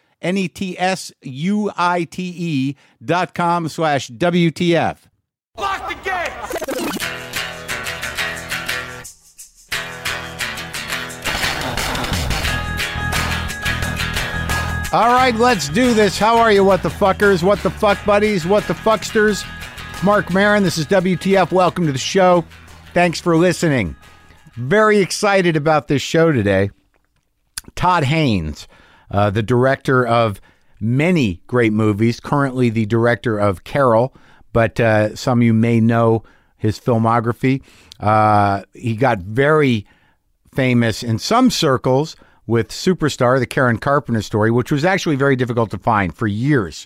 N E T S U I T E dot com slash WTF. Lock the gate! All right, let's do this. How are you, what the fuckers? What the fuck buddies? What the fucksters? Mark Marin, this is WTF. Welcome to the show. Thanks for listening. Very excited about this show today. Todd Haynes, uh, the director of many great movies, currently the director of Carol, but uh, some of you may know his filmography. Uh, he got very famous in some circles with Superstar, the Karen Carpenter story, which was actually very difficult to find for years.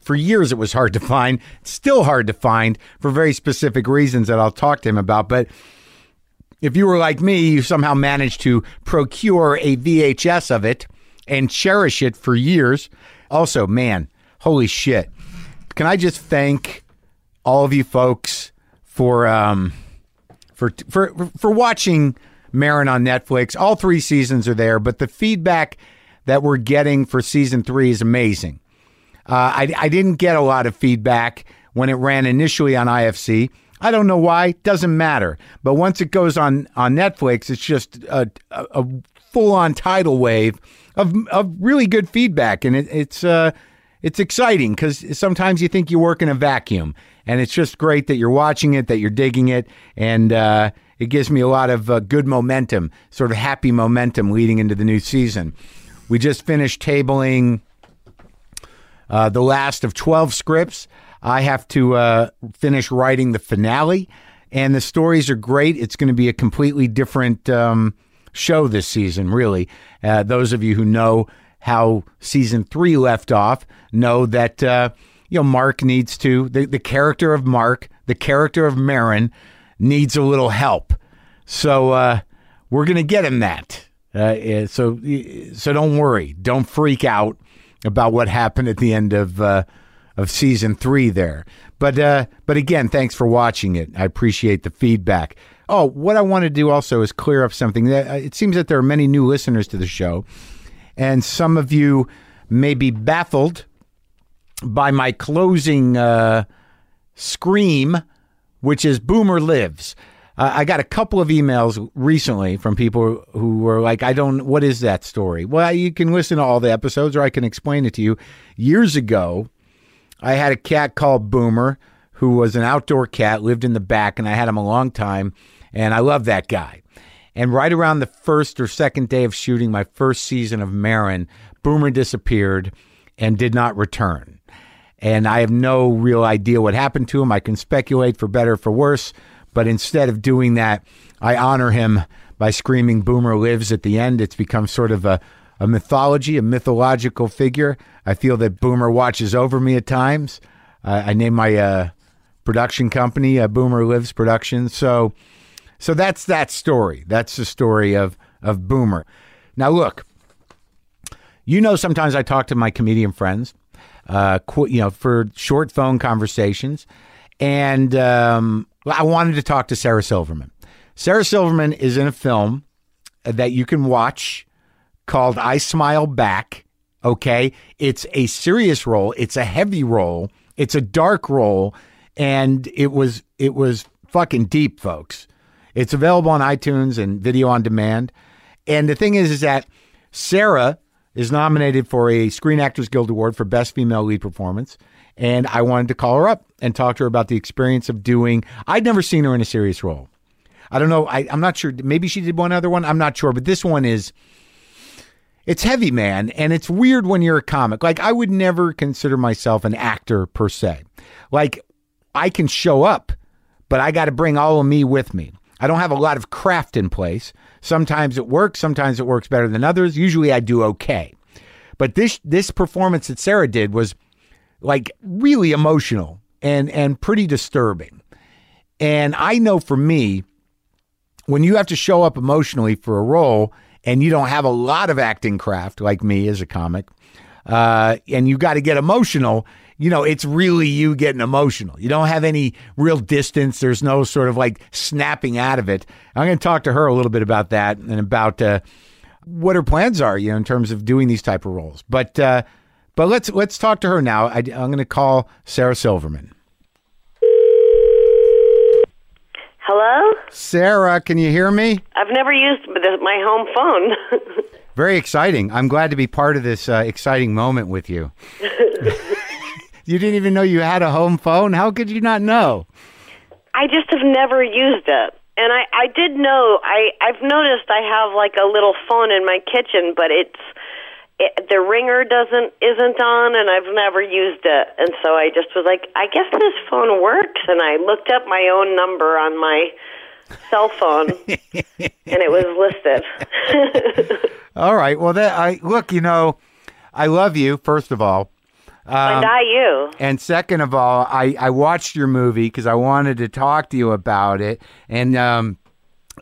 For years, it was hard to find, still hard to find for very specific reasons that I'll talk to him about. But if you were like me, you somehow managed to procure a VHS of it and cherish it for years. Also, man, holy shit. Can I just thank all of you folks for um for for for watching Marin on Netflix. All three seasons are there, but the feedback that we're getting for season 3 is amazing. Uh, I, I didn't get a lot of feedback when it ran initially on IFC. I don't know why. Doesn't matter. But once it goes on on Netflix, it's just a, a, a full on tidal wave of of really good feedback, and it, it's uh, it's exciting because sometimes you think you work in a vacuum, and it's just great that you're watching it, that you're digging it, and uh, it gives me a lot of uh, good momentum, sort of happy momentum leading into the new season. We just finished tabling uh, the last of 12 scripts. I have to uh, finish writing the finale, and the stories are great. It's going to be a completely different um, show this season, really. Uh, those of you who know how season three left off know that, uh, you know, Mark needs to, the, the character of Mark, the character of Marin, needs a little help. So uh, we're going to get him that. Uh, eh, so so don't worry, don't freak out about what happened at the end of uh, of season three there. But uh, but again, thanks for watching it. I appreciate the feedback. Oh, what I want to do also is clear up something. That, uh, it seems that there are many new listeners to the show, and some of you may be baffled by my closing. Uh, Scream, which is Boomer Lives. Uh, I got a couple of emails recently from people who were like, I don't, what is that story? Well, you can listen to all the episodes or I can explain it to you. Years ago, I had a cat called Boomer who was an outdoor cat, lived in the back, and I had him a long time. And I love that guy. And right around the first or second day of shooting my first season of Marin, Boomer disappeared and did not return and I have no real idea what happened to him. I can speculate for better or for worse, but instead of doing that, I honor him by screaming Boomer lives at the end. It's become sort of a, a mythology, a mythological figure. I feel that Boomer watches over me at times. Uh, I name my uh, production company uh, Boomer Lives Productions. So so that's that story. That's the story of of Boomer. Now look, you know, sometimes I talk to my comedian friends, uh, qu- you know, for short phone conversations, and um, I wanted to talk to Sarah Silverman. Sarah Silverman is in a film that you can watch called I Smile Back. Okay. It's a serious role, it's a heavy role, it's a dark role, and it was it was fucking deep, folks. It's available on iTunes and video on demand. And the thing is is that Sarah is nominated for a Screen Actors Guild Award for Best Female Lead Performance And I wanted to call her up and talk to her about the experience of doing. I'd never seen her in a serious role. I don't know. I, I'm not sure. Maybe she did one other one. I'm not sure. But this one is. It's heavy, man, and it's weird when you're a comic. Like, I would never consider myself an actor per se. Like, I can show up, but I got to bring all of me with me. I don't have a lot of craft in place. Sometimes it works, sometimes it works better than others. Usually I do okay. But this this performance that Sarah did was like really emotional and and pretty disturbing. And I know for me, when you have to show up emotionally for a role and you don't have a lot of acting craft like me as a comic, uh, and you got to get emotional, you know, it's really you getting emotional. You don't have any real distance. There's no sort of like snapping out of it. I'm going to talk to her a little bit about that and about uh, what her plans are, you know, in terms of doing these type of roles. But uh, but let's let's talk to her now. I, I'm going to call Sarah Silverman. Hello? Sarah, can you hear me? I've never used the, my home phone. Very exciting. I'm glad to be part of this uh, exciting moment with you. you didn't even know you had a home phone? How could you not know? I just have never used it. And I, I did know, I, I've noticed I have like a little phone in my kitchen, but it's, it, the ringer doesn't, isn't on and I've never used it. And so I just was like, I guess this phone works. And I looked up my own number on my cell phone and it was listed. All right. Well, that I look, you know, I love you first of all. and I you. And second of all, I, I watched your movie because I wanted to talk to you about it. And um,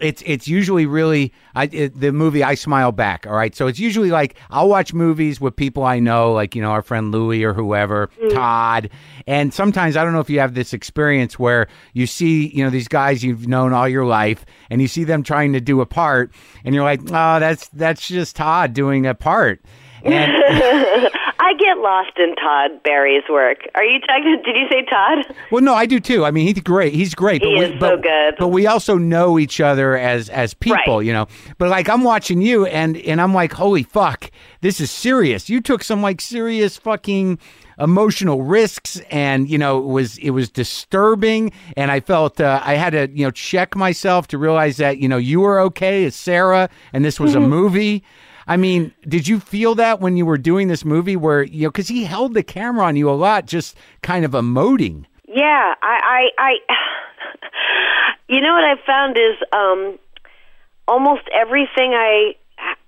it's it's usually really I it, the movie I smile back. All right, so it's usually like I'll watch movies with people I know, like you know our friend Louie or whoever, Todd. And sometimes I don't know if you have this experience where you see you know these guys you've known all your life, and you see them trying to do a part, and you're like, oh, that's that's just Todd doing a part. And I get lost in Todd Barry's work. Are you talking, did you say Todd? Well, no, I do too. I mean, he's great. He's great. But He we, is so but, good. But we also know each other as as people, Right. you know. But like, I'm watching you, and and I'm like, holy fuck, this is serious. You took some like serious fucking emotional risks, and you know, it was it was disturbing, and I felt uh, I had to you know check myself to realize that you know you were okay as Sarah, and this was a Mm-hmm. movie. I mean, did you feel that when you were doing this movie where, you know, because he held the camera on you a lot, just kind of emoting? Yeah, I, I, I you know what I found is um, almost everything I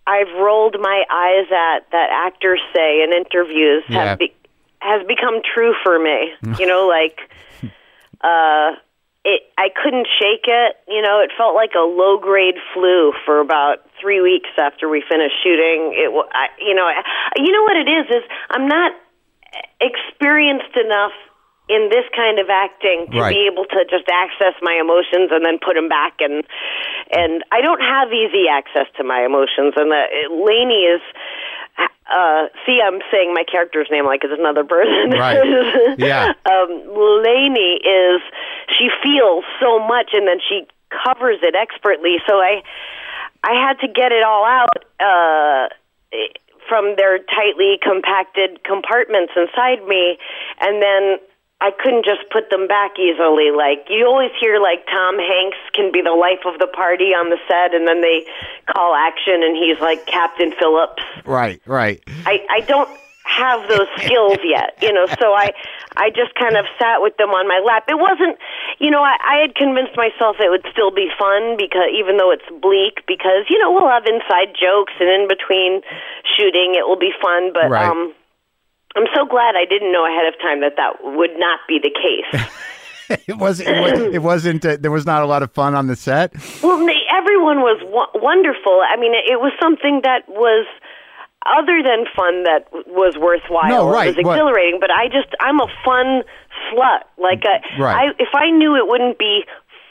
I've rolled my eyes at that actors say in interviews Yeah. have be, has become true for me. you know, like uh, it I couldn't shake it. You know, it felt like a low grade flu for about three weeks after we finished shooting. It, wa- I, you know, I, you know what it is is I'm not experienced enough in this kind of acting to Right. be able to just access my emotions and then put them back and and I don't have easy access to my emotions and the, Laney is uh see I'm saying my character's name like it's another person Right. Yeah. um, Lainey is she feels so much and then she covers it expertly. So I I had to get it all out uh, from their tightly compacted compartments inside me, and then. I couldn't just put them back easily. Like you always hear, like Tom Hanks can be the life of the party on the set, and then they call action, and he's like Captain Phillips. Right, right. I, I don't have those skills yet, you know, so I, I just kind of sat with them on my lap. It wasn't, you know, I, I had convinced myself it would still be fun because even though it's bleak, because, you know, we'll have inside jokes and in between shooting, it will be fun, but, Right. um, I'm so glad I didn't know ahead of time that that would not be the case. It wasn't. It, was, it wasn't. Uh, there was not a lot of fun on the set. Well, they- everyone was wo- wonderful. I mean, it, it was something that was other than fun that w- was worthwhile. No, right, It was what- exhilarating, but I just I'm a fun slut. Like I, Right. I if I knew it wouldn't be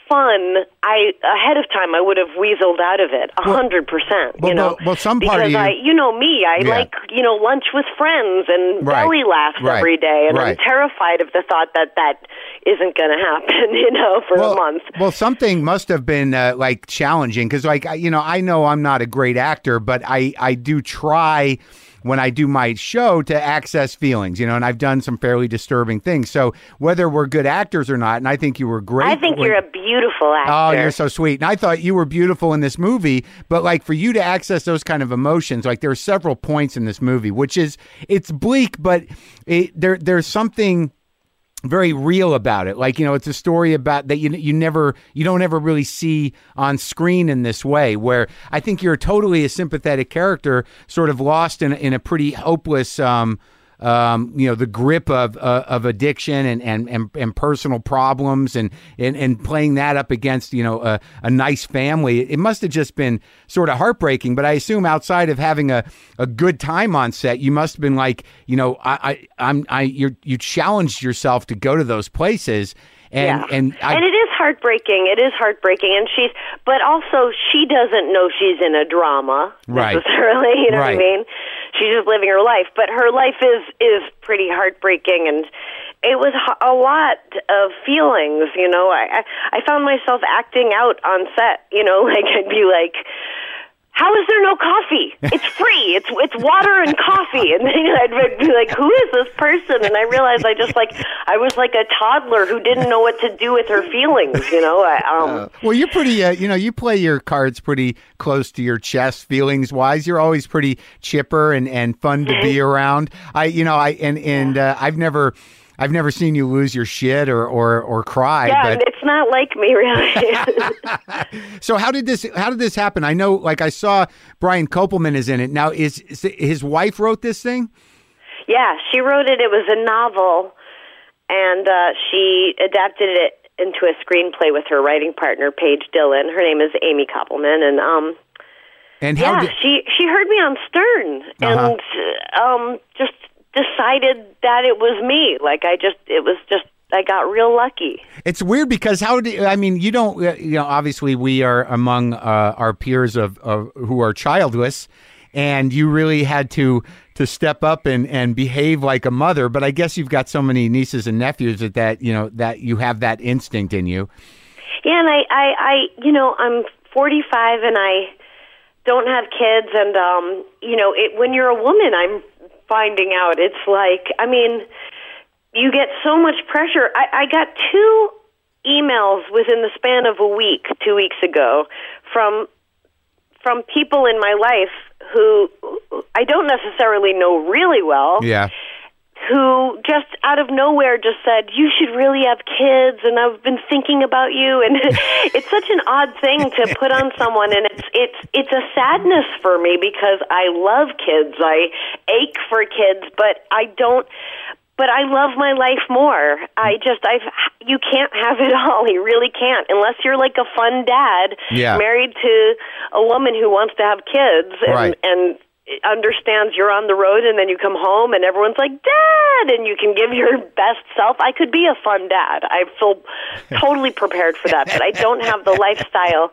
fun, I ahead of time I would have weaseled out of it a hundred percent. well, You know, well, well, some part of because you- I, you know me, I Yeah. like you know lunch with friends and Right, belly laughs right, every day, and right. I'm terrified of the thought that that isn't going to happen, you know, for well, a month. Well, something must have been uh, like challenging because, like, I, you know, I know I'm not a great actor, but I I do try when I do my show to access feelings, you know, and I've done some fairly disturbing things. So whether we're good actors or not, and I think you were great. I think when- you're a beautiful actor. Oh, you're so sweet. And I thought you were beautiful in this movie, but like for you to access those kind of emotions, like there are several points in this movie, which is it's bleak, but it, there there's something very real about it. Like you know, it's a story about that you you never you don't ever really see on screen in this way. Where I think you're totally a sympathetic character, sort of lost in in a pretty hopeless. Um, um, you know the grip of uh, of addiction and, and and and personal problems and and and playing that up against you know a, a nice family it must have just been sort of heartbreaking but i assume outside of having a, a good time on set you must have been like you know i, I i'm i you you challenged yourself to go to those places and Yeah. and i and it is heartbreaking. It is heartbreaking, and she's but also she doesn't know she's in a drama Right. necessarily. You know Right. what I mean? She's just living her life, but her life is is pretty heartbreaking, and it was h- a lot of feelings. You know, I I, I found myself acting out on set. You know, like I'd be like. How is there no coffee? It's free. It's it's water and coffee. And then I'd be like, "Who is this person?" And I realized I just like I was like a toddler who didn't know what to do with her feelings. You know, I, um, well, you're pretty. Uh, you know, you play your cards pretty close to your chest, feelings wise. You're always pretty chipper and, and fun to be around. I, you know, I and and uh, I've never, I've never seen you lose your shit or or or cry. yeah, but it's not like me really. so how did this how did this happen? I know, like I saw Brian Kopelman is in it now. Is, is his wife wrote this thing? Yeah, she wrote it. It was a novel, and uh, she adapted it into a screenplay with her writing partner, Paige Dillon. Her name is Amy Koppelman, and um, And how yeah, did Uh-huh. she she heard me on Stern and um, just decided that it was me. Like I just, it was just. I got real lucky. It's weird because how do I mean you don't uh, you know obviously we are among uh, our peers of, of who are childless and you really had to to step up and and behave like a mother but I guess you've got so many nieces and nephews that that you know that you have that instinct in you. Yeah, and I, I, I, you know, I'm 45 and I don't have kids, and um, you know, it, when you're a woman, I'm finding out it's like, I mean, you get so much pressure. I, I got two emails within the span of a week, two weeks ago, from from people in my life who I don't necessarily know really well Yeah. who just out of nowhere just said, "You should really have kids," and I've been thinking about you. And it's such an odd thing to put on someone, and it's it's it's a sadness for me because I love kids, I ache for kids, but I don't. But I love my life more. I just I've you can't have it all. You really can't unless you're like a fun dad Yeah. married to a woman who wants to have kids and Right. and understands you're on the road and then you come home and everyone's like dad and you can give your best self i could be a fun dad i feel totally prepared for that but i don't have the lifestyle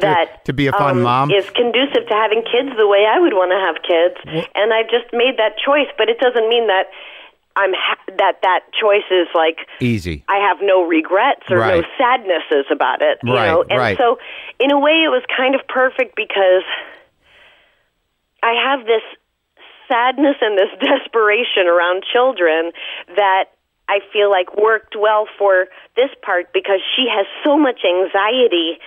that To- to be a fun um, mom. is conducive to having kids the way i would want to have kids and i've just made that choice but it doesn't mean that i'm ha- that that choice is like Easy. I have no regrets or Right. no sadnesses about it. You Right, know? And right. so in a way it was kind of perfect because I have this sadness and this desperation around children that I feel like worked well for this part because she has so much anxiety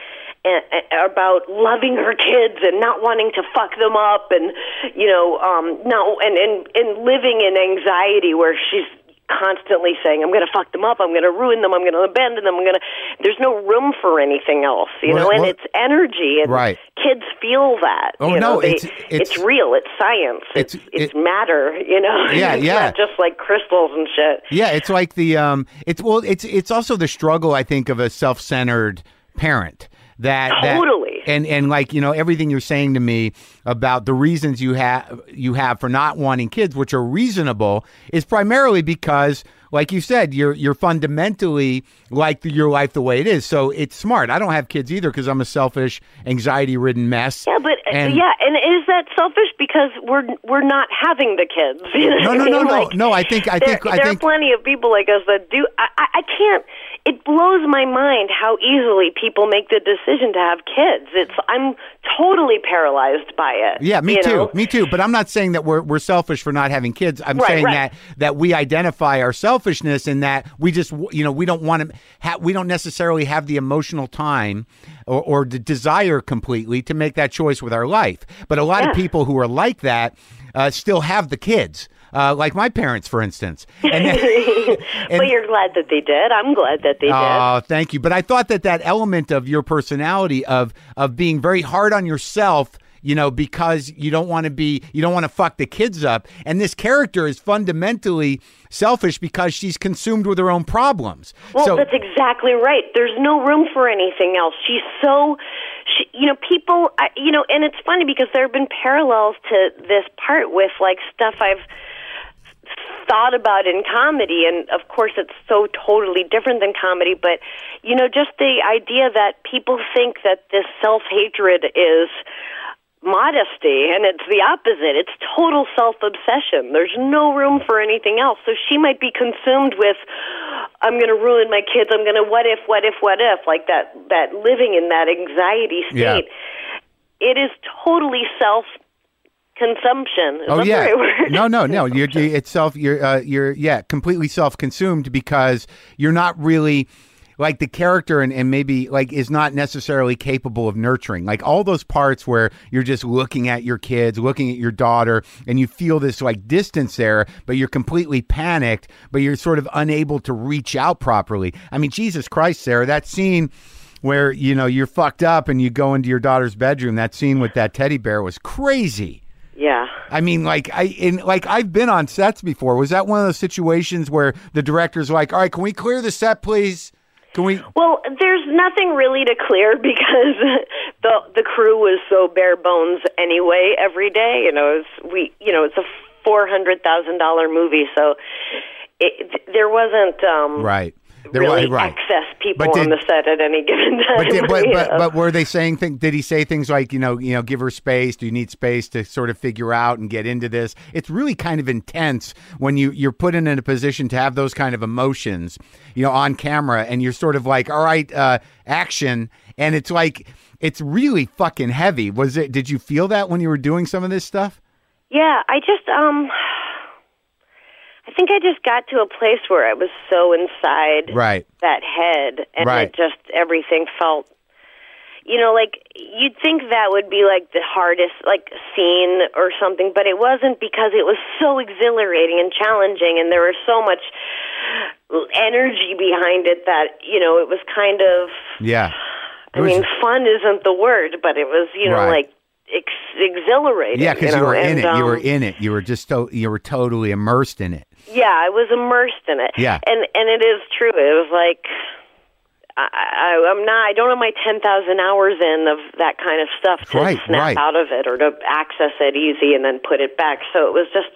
a- a- about loving her kids and not wanting to fuck them up and you know um no and and and living in anxiety where she's constantly saying i'm going to fuck them up i'm going to ruin them i'm going to abandon them i'm going to there's no room for anything else you Well, know and well- it's energy and Right. kids feel that Oh, you know, no, they- it's- it's- it's real. It's science. It's It's- it's, it- matter. You know, Yeah, it's yeah. Not just like crystals and shit. Yeah, it's like the um, it's well, it's it's also the struggle I think of a self-centered parent that that- Totally. and and like you know everything you're saying to me about the reasons you have you have for not wanting kids which are reasonable is primarily because like you said you're you're fundamentally like the, your life the way it is so it's smart i don't have kids either because i'm a selfish anxiety ridden mess Yeah, but uh, And- yeah, and is that selfish because we're we're not having the kids? You know No, what no, I mean? no, no. Like, No, I think- I there, think- I there think- are plenty of people like us that do. I, I, I can't. It blows my mind how easily people make the decision to have kids. It's I'm totally paralyzed by it. Yeah, me you too. know? Me too. But I'm not saying that we're we're selfish for not having kids. I'm Right, saying right. that that we identify our selfishness in that we just w- you know we don't want to ha- we don't necessarily have the emotional time or, or the desire completely to make that choice with our life. But a lot of Yeah. people who are like that uh, still have the kids, uh, like my parents, for instance. And then, and- but you're glad that they did. I'm glad that they did. Oh, thank you. But I thought that that element of your personality of of being very hard on yourself, you know, because you don't want to be you don't want to fuck the kids up. And this character is fundamentally selfish because she's consumed with her own problems. Well, so that's exactly right. There's no room for anything else. She's so, she, you know, people, I, you know, and it's funny because there have been parallels to this part with like stuff I've thought about in comedy and of course it's so totally different than comedy but you know just the idea that people think that this self-hatred is modesty and it's the opposite it's total self-obsession there's no room for anything else so she might be consumed with i'm going to ruin my kids i'm going to what if what if what if like that that living in that anxiety Yeah. state it is totally self consumption Oh yeah, no, no, no. You're, you it's self. You're, uh, you're, yeah, completely self-consumed because you're not really like the character, and, and maybe like is not necessarily capable of nurturing. Like all those parts where you're just looking at your kids, looking at your daughter, and you feel this like distance there, but you're completely panicked, but you're sort of unable to reach out properly. I mean, Jesus Christ, Sarah, that scene. Where you know you're fucked up and you go into your daughter's bedroom. That scene with that teddy bear was crazy. Yeah. I mean, like I in like I've been on sets before. Was that one of those situations where the director's like, "All right, can we clear the set, please? Can we?" Well, there's nothing really to clear because the the crew was so bare bones anyway every day. You know, it's we you know, it's a four hundred thousand dollar movie, so it, there wasn't um Right. really wa- right. excess people But did- on the set at any given time. But, did, but, you but know. but were they saying thing? Did he say things like you know you know give her space? Do you need space to sort of figure out and get into this? It's really kind of intense when you you're put in, in a position to have those kind of emotions, you know, on camera, and you're sort of like, all right, uh, action, and it's like it's really fucking heavy. Was it? Did you feel that when you were doing some of this stuff? Yeah, I just um I think I just got to a place where I was so inside Right. that head and Right. it just everything felt you know like you'd think that would be like the hardest like scene or something but it wasn't because it was so exhilarating and challenging and there was so much energy behind it that you know it was kind of Yeah. I mean fun isn't the word but it was you know Right. like ex- exhilarating yeah, because know, you were in and, it. you were um, in it. You were just so you were totally immersed in it. Yeah, I was immersed in it. Yeah. and and it is true. It was like I, I, I'm not. I don't have my ten thousand hours in of that kind of stuff to Right, snap right. out of it or to access it easy and then put it back. So it was just,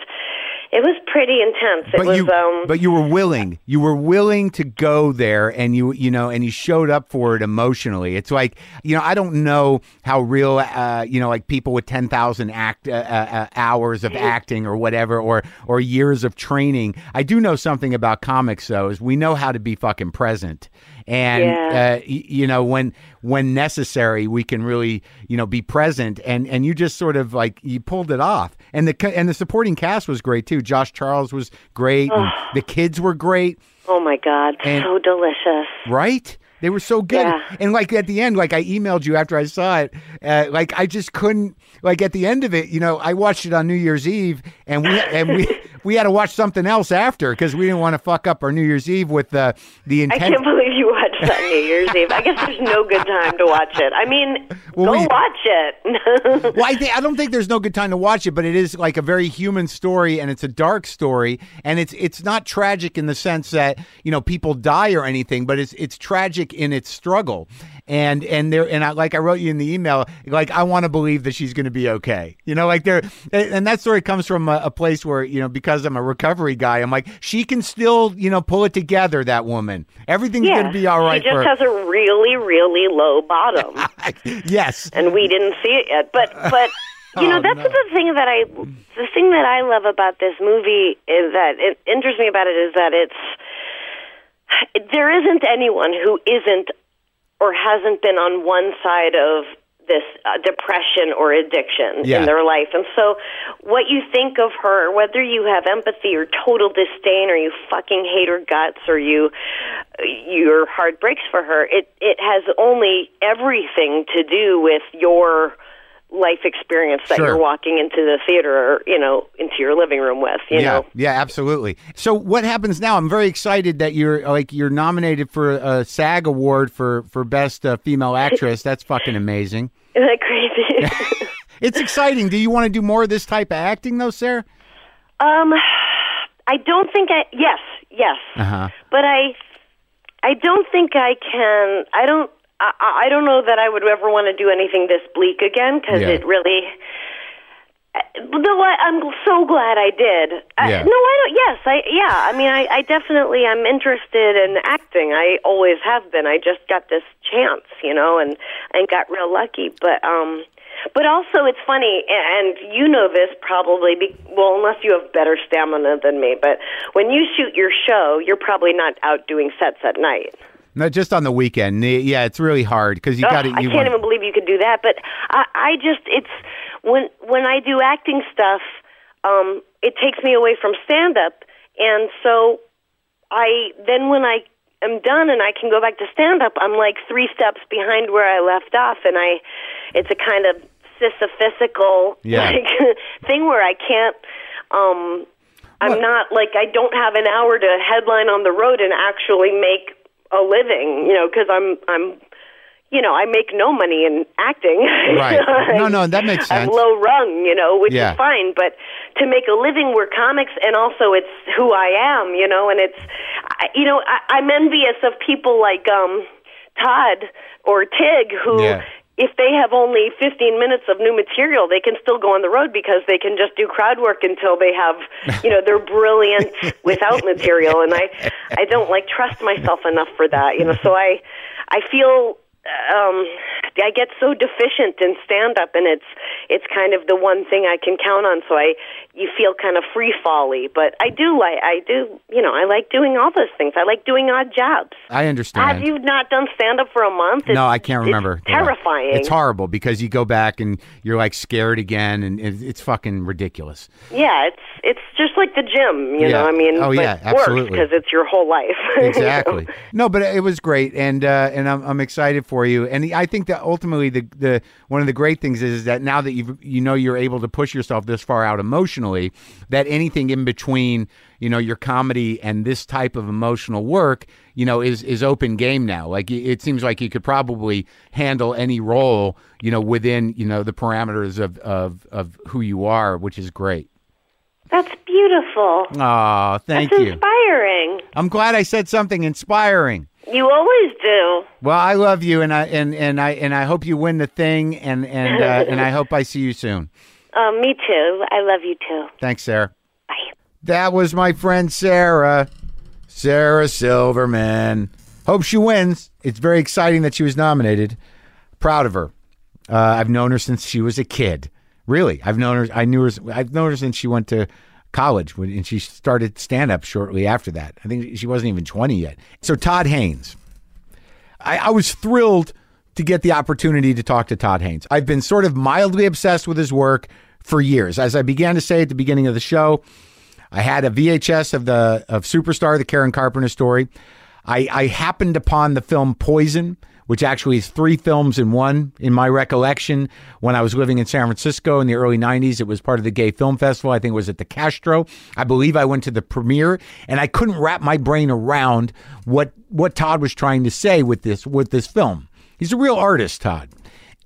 it was pretty intense. It But was. you, um, but you were willing. You were willing to go there, and you, you know, and you showed up for it emotionally. It's like, you know, I don't know how real, uh, you know, like people with ten thousand act uh, uh, uh, hours of acting or whatever, or or years of training. I do know something about comics, though, is we know how to be fucking present, and Yeah. uh, uh, y- you know when when necessary we can really you know be present and and you just sort of like you pulled it off and the ca- and the supporting cast was great too josh charles was great and the kids were great oh my God, and- so delicious. right they were so good Yeah. and like at the end like i emailed you after i saw it uh, like i just couldn't like at the end of it you know i watched it on new year's eve and we and we we had to watch something else after because we didn't want to fuck up our new year's eve with the the I intent can't believe you watched that New Year's Eve. I guess there's no good time to watch it. I mean, Well, go we- watch it. well, I, think I don't think there's no good time to watch it, but it is like a very human story, and it's a dark story, and it's it's not tragic in the sense that you know people die or anything, but it's it's tragic in its struggle, and and there and I, like I wrote you in the email, like I want to believe that she's going to be okay. You know, like there, and and that story comes from a, a place where you know because I'm a recovery guy, I'm like she can still you know pull it together. That woman, everything's yeah, going to be all right She just for has a really, really low bottom, her. yes, and we didn't see it yet. But, but you know, Oh, that's no. the thing that I, the thing that I love about this movie is that it interests me about it is that it's there isn't anyone who isn't or hasn't been on one side of this uh, depression or addiction Yeah. in their life. And so, what you think of her, whether you have empathy or total disdain, or you fucking hate her guts, or you your heart breaks for her, it it has only everything to do with your life experience that Sure. you're walking into the theater or you know into your living room with you yeah, know yeah, absolutely. So what happens now? I'm very excited that you're like you're nominated for a SAG award for for best uh, female actress. That's fucking amazing. isn't that crazy It's exciting. Do you want to do more of this type of acting though, Sarah? Um, I don't think I. Yes, yes. Uh-huh. But I, I don't think I can. I don't. I, I I don't know that I would ever want to do anything this bleak again because Yeah. it really. I- Though I, I'm so glad I did. I, Yeah. No, I don't. Yes, I. Yeah, I mean, I, I definitely am interested in acting. I always have been. I just got this chance, you know, and and got real lucky. But um, but also it's funny, a- and you know this probably. Be, well, unless you have better stamina than me, but when you shoot your show, you're probably not out doing sets at night. No, just on the weekend. The- Yeah, it's really hard because you Ugh, got it. I You can't want- even believe you could do that. But I, I just it's when when I do acting stuff, um, it takes me away from stand up, and so I then when I am done and I can go back to stand up, I'm like three steps behind where I left off, and I it's a kind of sisyphical Yeah. like, thing where I can't. Um, I'm not like I don't have an hour to headline on the road and actually make a living, you know, because I'm I'm, you know, I make no money in acting. Right. No, no, that makes I'm sense. low rung, you know, which Yeah. is fine. But to make a living, we're comics, and also it's who I am, you know, and it's, I, you know, I, I'm envious of people like um, Todd or Tig who. Yeah. If they have only 15 minutes of new material, they can still go on the road because they can just do crowd work until they have, you know, they're brilliant without material. And I, I don't like trust myself enough for that, you know. So I, I feel um I get so deficient in stand up and it's it's kind of the one thing I can count on so I you feel kind of free folly but I do like I do you know I like doing all those things I like doing odd jobs I have understand. you not done stand up for a month no, It's- I can't remember. it's terrifying It's horrible because you go back and you're like scared again, and it- it's fucking ridiculous. yeah it's it's just like the gym you Yeah. know I mean Oh, but yeah, absolutely. because it's your whole life you know? exactly. No, but it was great, and uh, and I'm, I'm excited for you. And the, I think that ultimately the the one of the great things is, is that now that you you know you're able to push yourself this far out emotionally, that anything in between you know your comedy and this type of emotional work you know is is open game now. Like it- it seems like you could probably handle any role you know within you know the parameters of of of who you are, which is great. that's beautiful Oh, thank it's you. inspiring I'm glad I said something inspiring. you always do Well, I love you, and I and, and I and I hope you win the thing, and and uh, and I hope I see you soon. um me too I love you too Thanks, Sarah. bye That was my friend Sarah, Sarah Silverman. Hope she wins. It's very exciting that she was nominated. Proud of her. Uh, I've known her since she was a kid. Really, I've known her. I knew her. I've known her since she went to college, when, and she started stand up shortly after that. I think she wasn't even twenty yet. So Todd Haynes. I, I was thrilled to get the opportunity to talk to Todd Haynes. I've been sort of mildly obsessed with his work for years. As I began to say at the beginning of the show, I had a VHS of the of Superstar, the Karen Carpenter story. I, I happened upon the film Poison, which actually is three films in one, in my recollection. When I was living in San Francisco in the early 90s, it was part of the Gay Film Festival. I think it was at the Castro. I believe I went to the premiere, and I couldn't wrap my brain around what what Todd was trying to say with this with this film. He's a real artist, Todd.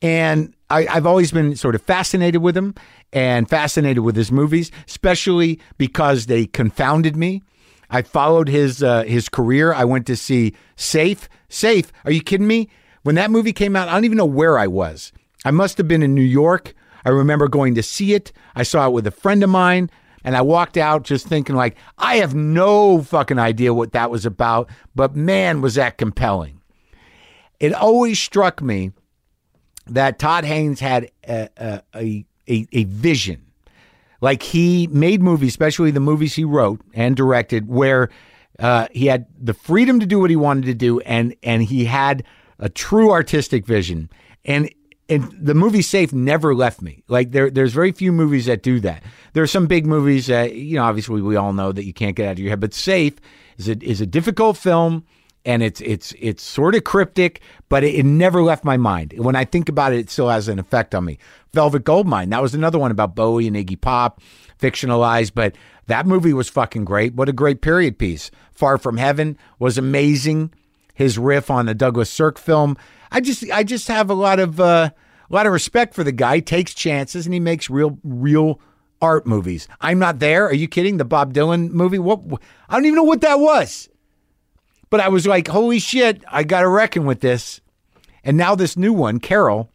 And I, I've always been sort of fascinated with him and fascinated with his movies, especially because they confounded me. I followed his uh, his career. I went to see Safe. Safe? Are you kidding me? When that movie came out, I don't even know where I was. I must have been in New York. I remember going to see it. I saw it with a friend of mine, and I walked out just thinking like, I have no fucking idea what that was about, but man, was that compelling. It always struck me that Todd Haynes had a a, a, a, a vision. Like he made movies, especially the movies he wrote and directed, where uh, he had the freedom to do what he wanted to do, and and he had a true artistic vision. And and the movie Safe never left me. Like there, there's very few movies that do that. There are some big movies that you know, obviously we all know that you can't get out of your head. But Safe is a, is a difficult film, and it's it's it's sort of cryptic, but it, it never left my mind. When I think about it, it still has an effect on me. Velvet Goldmine, that was another one about Bowie and Iggy Pop, fictionalized, but that movie was fucking great. What a great period piece. Far from Heaven was amazing. His riff on the Douglas Sirk film. I just I just have a lot of uh, a lot of respect for the guy. He takes chances and he makes real real art movies. I'm not there. Are you kidding? The Bob Dylan movie? What? I don't even know what that was. But I was like, holy shit! I got to reckon with this. And now this new one, Carol,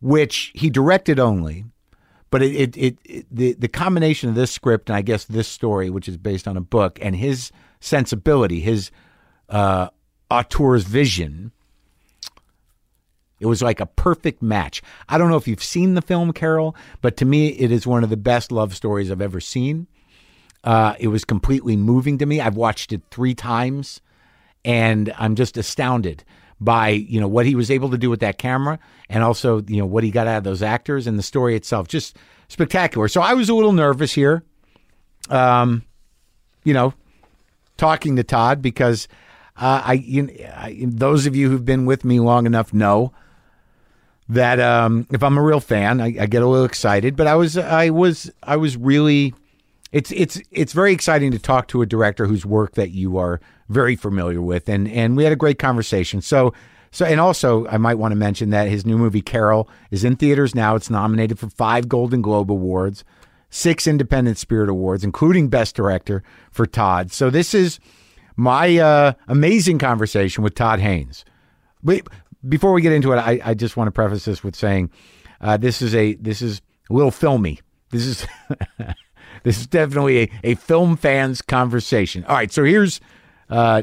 which he directed only, but it it, it, it the the combination of this script and I guess this story, which is based on a book, and his sensibility, his uh, auteur's vision. It was like a perfect match. I don't know if you've seen the film Carol, but to me, it is one of the best love stories I've ever seen. Uh, it was completely moving to me. I've watched it three times, and I'm just astounded by you know what he was able to do with that camera, and also you know what he got out of those actors and the story itself. Just spectacular. So I was a little nervous here, um, you know, talking to Todd because uh, I, you, I those of you who've been with me long enough know that um, if I'm a real fan, I, I get a little excited. But I was, I was, I was really. It's it's it's very exciting to talk to a director whose work that you are very familiar with, and and we had a great conversation. So so and also I might want to mention that his new movie Carol is in theaters now. It's nominated for five Golden Globe awards, six Independent Spirit awards, including Best Director for Todd. So this is my uh, amazing conversation with Todd Haynes. But before we get into it, I, I just want to preface this with saying uh, this is a this is a little filmy. This is this is definitely a, a film fans conversation. All right, so here's uh,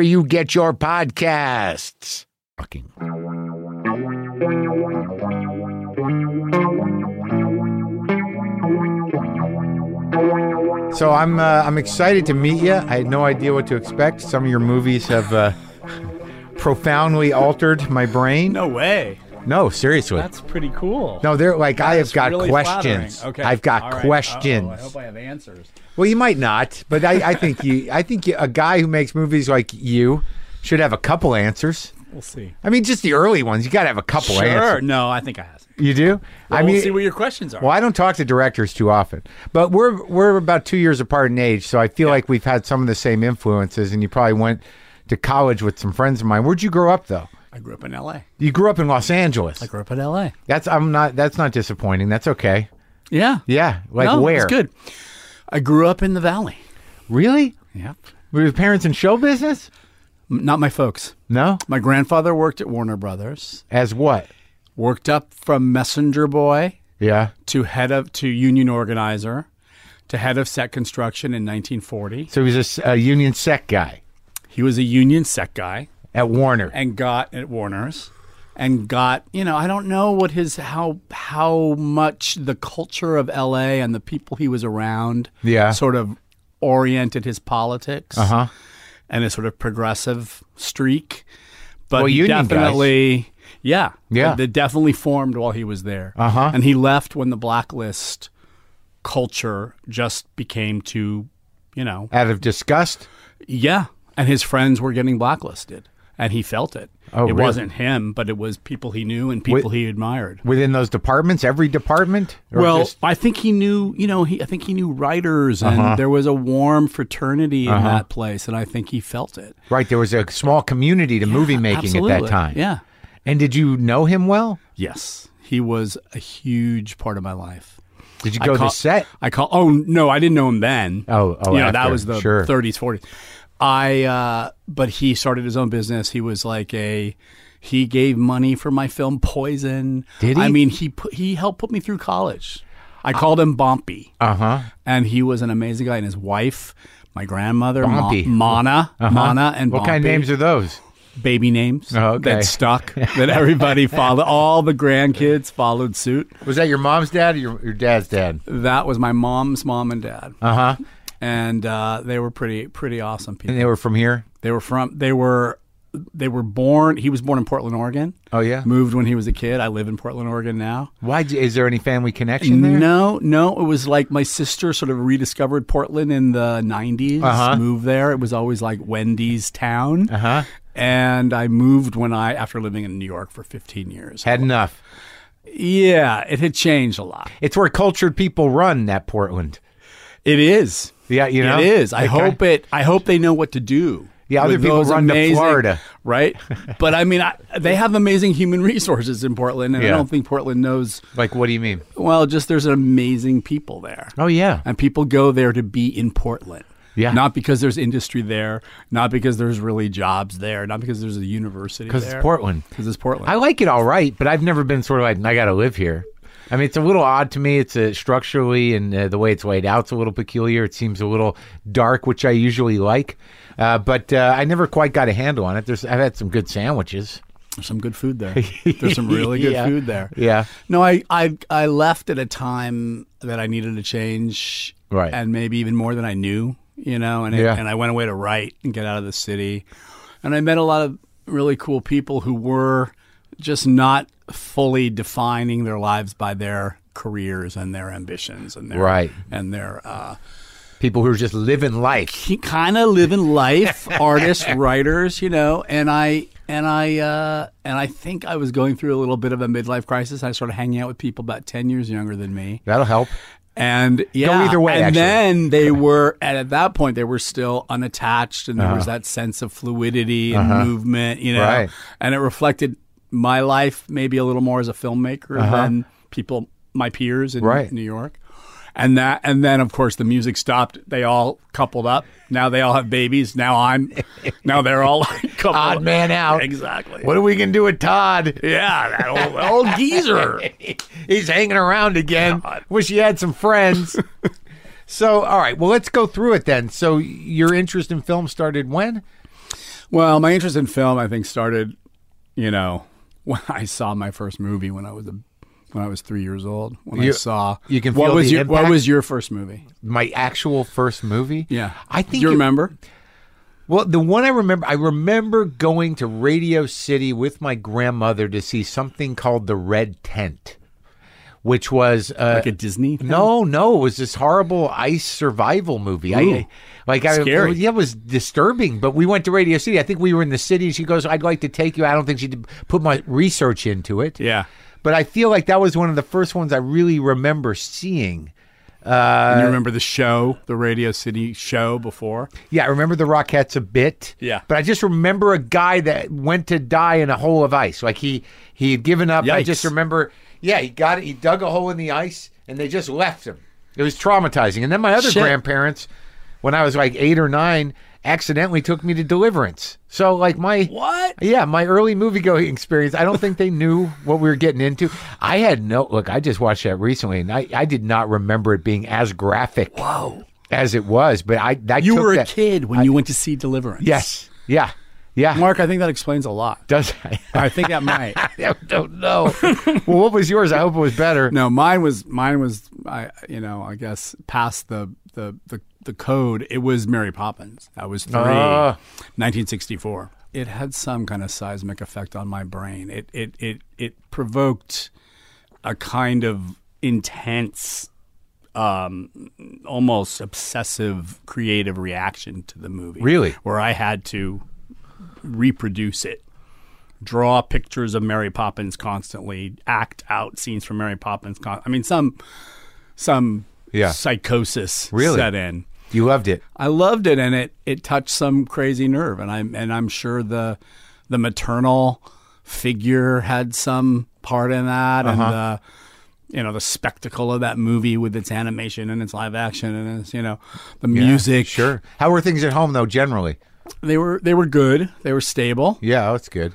you get your podcasts. Fucking. So I'm uh, I'm excited to meet you. I had no idea what to expect. Some of your movies have uh, profoundly altered my brain. No way. No, seriously. That's pretty cool. no, they're like I have That's got really questions. flattering. Okay. I've got All right. questions. Uh-oh, I hope I have answers. Well, you might not, but I, I think you. I think you, a guy who makes movies like you should have a couple answers. We'll see. I mean, just the early ones. You got to have a couple sure. answers. No, I think I have. You do. I I mean, we'll see what your questions are. well, I don't talk to directors too often, but we're we're about two years apart in age, so I feel like we've had some of the same influences. And you probably went to college with some friends of mine. Where'd you grow up, though? I grew up in L.A. You grew up in Los Angeles. I grew up in L.A. That's I'm not. That's not disappointing. That's okay. Yeah. Yeah, like no, where? It's good. I grew up in the Valley. Really? Yep. Were your parents in show business? M- Not my folks. No. My grandfather worked at Warner Brothers. As what? Worked up from messenger boy Yeah. to head of to union organizer to head of set construction in 1940. So he was a s- a, union sec guy. He was a union sec guy. at Warner. and got at Warner's and got you know I don't know what his how how much the culture of L.A. and the people he was around Yeah. sort of oriented his politics Uh-huh. and his sort of progressive streak. But Well, he union guys. definitely yeah Yeah. they definitely formed while he was there. Uh-huh. And he left when the blacklist culture just became too you know Out of disgust. yeah, and his friends were getting blacklisted, and he felt it. Oh, it really? wasn't him, but it was people he knew and people he admired. Within those departments, every department? Or Well, just- Uh-huh. I think he knew. You know, he I think he knew writers, and there was a warm fraternity in that place, and I think he felt it. right, there was a small community to movie making at that Absolutely. time. yeah, And did you know him well? yes, he was a huge part of my life. Did you I go call- to set? I call. Oh no, I didn't know him then. Oh, oh, you know, after, that was the sure. 30s, 40s. I, uh, but he started his own business. He was like a, he gave money for my film Poison. Did I he? mean, he put, he helped put me through college. I called him Bompy, Uh huh. and he was an amazing guy. And his wife, my grandmother, Ma- Bompy. Mana, Mana, and Uh-huh. What kind of Bompy names are those? baby names Oh, okay. that stuck that everybody followed. All the grandkids followed suit. Was that your mom's dad or your, your dad's dad? That was my mom's mom and dad. Uh huh. and uh, they were pretty pretty awesome people. And they were from here? They were from they were they were born. He was born in Portland, Oregon. Oh, yeah. Moved when he was a kid. I live in Portland, Oregon now. Why? Is there any family connection there? No, no, it was like my sister sort of rediscovered Portland in the 90s. Uh-huh. Moved there. It was always like Wendy's town. Uh huh. And I moved when I after living in New York for 15 years. Had enough. yeah, it had changed a lot. It's where cultured people run that Portland. It is. Yeah, you know? it is. I Okay. hope it. I hope they know what to do. Yeah, other with people those run to amazing- Florida. right? but I mean, I, they have amazing human resources in Portland, and Yeah. I don't think Portland knows. Like, what do you mean? Well, just there's amazing people there, Oh, yeah. and people go there to be in Portland. Yeah. not because there's industry there, not because there's really jobs there, not because there's a university. Because it's Portland. Because it's Portland. I like it all right, but I've never been sort of like I got to live here. I mean, it's a little odd to me. It's uh structurally and uh, the way it's laid out's a little peculiar. It seems a little dark, which I usually like, uh, but uh, I never quite got a handle on it. There's I've had some good sandwiches. There's some good food there. There's some really good Yeah. food there. Yeah. No, I, I I left at a time that I needed a change. Right. And maybe even more than I knew, you know, and Yeah. and I went away to write and get out of the city. And I met a lot of really cool people who were just not fully defining their lives by their careers and their ambitions and their Right. and their uh People who are just living life. he kind of living life artists writers you know and i and i uh, and i think i was going through a little bit of a midlife crisis i started hanging out with people about 10 years younger than me That'll help. and yeah either way, and actually. then they were and at that point they were still unattached and there was that sense of fluidity and movement you know Uh-huh. Right. and it reflected my life maybe a little more as a filmmaker than people my peers in Uh-huh. Right. new york and that and then of course the music stopped they all coupled up now they all have babies now i'm now they're all like coupled Odd man out. exactly What are we gonna do with Todd? Oh, yeah that old, old geezer He's hanging around again. Wish he had some friends. so, all right. Well, let's go through it then. So, your interest in film started when? Well, my interest in film, I think, started, you know, when I saw my first movie when I was a, when I was three years old. When I You- saw you can what feel was the your what impact? was your first movie? my actual first movie. Yeah, I think you it- remember. Well, the one I remember, I remember going to Radio City with my grandmother to see something called the Red Tent, which was uh, Like a Disney thing? No, no, it was this horrible ice survival movie. I Ooh. like I Scary. yeah, it was disturbing. But we went to Radio City. I think we were in the city. and She goes, "I'd like to take you." I don't think she did put my research into it. Yeah, But I feel like that was one of the first ones I really remember seeing. Uh, and you remember the show, the Radio City show before? Yeah, I remember the Rockettes a bit. Yeah. but I just remember a guy that went to die in a hole of ice. Like he he had given up. I Yikes. just remember. Yeah, he got it. He dug a hole in the ice, and they just left him. It was traumatizing. And then my other Shit. grandparents, when I was like eight or nine, accidentally took me to Deliverance. So like my What? Yeah, my early movie going experience. I don't think they knew what we were getting into. I had no look. I just watched that recently, and I, I did not remember it being as graphic. Whoa. As it was, but I that You Oh. took were a that- kid when you went to see Deliverance. Yes. Yeah. Yeah. Mark, I think that explains a lot. Does I? I think that might. I don't know. well, what was yours? I hope it was better. No, mine was mine was I you know I guess past the the the, the code. It was Mary Poppins. I was three, Ah. 1964. It had some kind of seismic effect on my brain. It it it it provoked a kind of intense, um, almost obsessive creative reaction to the movie. Really? where I had to reproduce it draw pictures of Mary Poppins constantly, act out scenes from Mary Poppins. Con- I mean, some some Yeah. psychosis Really? set in. You loved it. I loved it, and it it touched some crazy nerve, and I'm and I'm sure the the maternal figure had some part in that, and Uh-huh. the you know the spectacle of that movie with its animation and its live action and its you know the music. Sure. How were things at home though? Generally. they were they were good. They were stable. Yeah, that's good.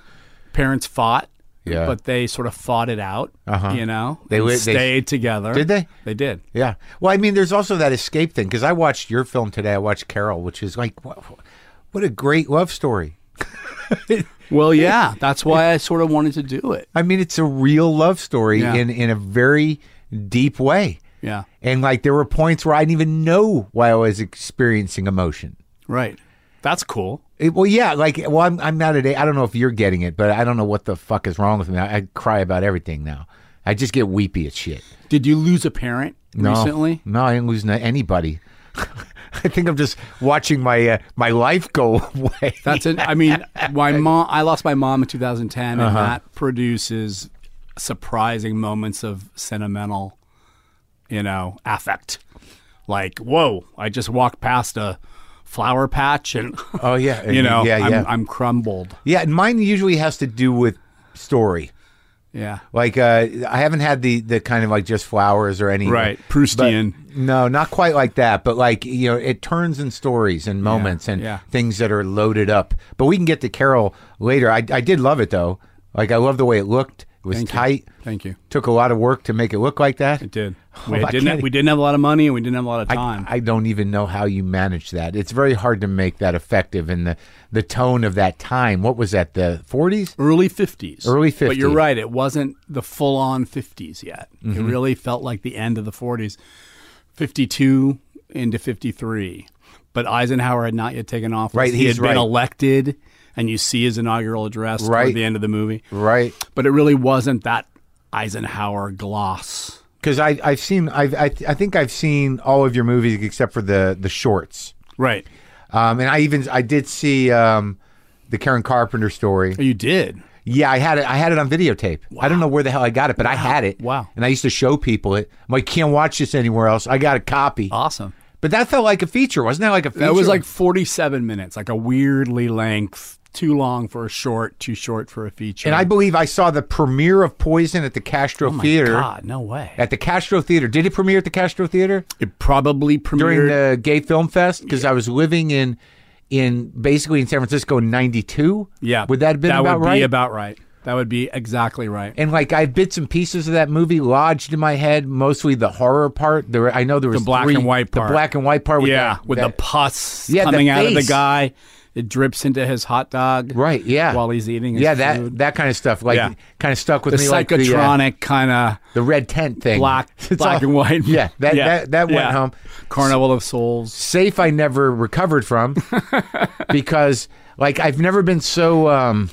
parents fought. Yeah. But they sort of fought it out. Uh-huh. You know? They and li- they- stayed together. Did they? They did. Yeah. Well, I mean, there's also that escape thing because I watched your film today. I watched Carol, which is like, what, what a great love story. Well, yeah. That's why I sort of wanted to do it. I mean, it's a real love story Yeah. in in a very deep way. Yeah. And like, there were points where I didn't even know why I was experiencing emotion. Right. That's cool. It- well, yeah, like, well, I'm I'm not a. I don't know if you're getting it, but I don't know what the fuck is wrong with me. I, I cry about everything now. I just get weepy at shit. Did you lose a parent No. recently? No, I didn't lose n- anybody. I think I'm just watching my uh, my life go away. That's it. I mean, my mom. I lost my mom in 2010, and Uh-huh. that produces surprising moments of sentimental, you know, affect. Like, whoa! I just walked past a flower patch, and Oh, yeah. you know, Yeah, I'm, yeah. I'm crumbled. Yeah, and mine usually has to do with story. Yeah. Like uh, I haven't had the the kind of like just flowers or any Right, Proustian. but- No, not quite like that. But like you know, it turns in stories and moments and yeah. things that are loaded up. But we can get to Carol later. I I did love it though. Like I love the way it looked. It was Thank you. tight. Thank you. Took a lot of work to make it look like that. It did. Oh, We I didn't. can't- we didn't have a lot of money, and we didn't have a lot of time. I don't even know how you manage that. It's very hard to make that effective in the the tone of that time. What was that? The 40s? early fifties. Early But you're 50s. right. It wasn't the full on fifties yet. It Mm-hmm. really felt like the end of the forties, fifty two into fifty three. But Eisenhower had not yet taken office. Right, He he's had right. been elected, and you see his inaugural address Right. toward the end of the movie. Right. But it really wasn't that Eisenhower gloss. Because I I've seen I've, I I think I've seen all of your movies except for the the shorts. Right. Um, and I even I did see um, the Karen Carpenter story. You did. Yeah, I had it. I had it on videotape. I don't know where the hell I got it, but I had it. Wow. And I used to show people it. I'm like, can't watch this anywhere else. I got a copy. Awesome. But that felt like a feature, wasn't that like a feature? Uh. That was like 47 minutes, like a weirdly length, too long for a short, too short for a feature. And I believe I saw the premiere of Poison at the Castro Oh my Theater. God, no way. At the Castro Theater. Did it premiere at the Castro Theater? It probably premiered. during the Gay Film Fest because I was living in in basically in San Francisco in '92. yeah, would that have been that about would right? Be about right. That would be exactly right. and like I had bits and pieces of that movie lodged in my head, mostly the horror part. There, were- I know there was black three- and white part. The black and white part. With yeah, that, with that- the pus Yeah, the coming out of the face. guy, it drips into his hot dog. right. Yeah, while he's eating. His yeah, that food. that kind of stuff. Like Yeah. kind of stuck with the me. like the, uh, psychotronic kind of the red tent thing, black, It's black all- and white. Yeah, that that that went yeah. home. Carnival of Souls. safe I never recovered from because like I've never been so um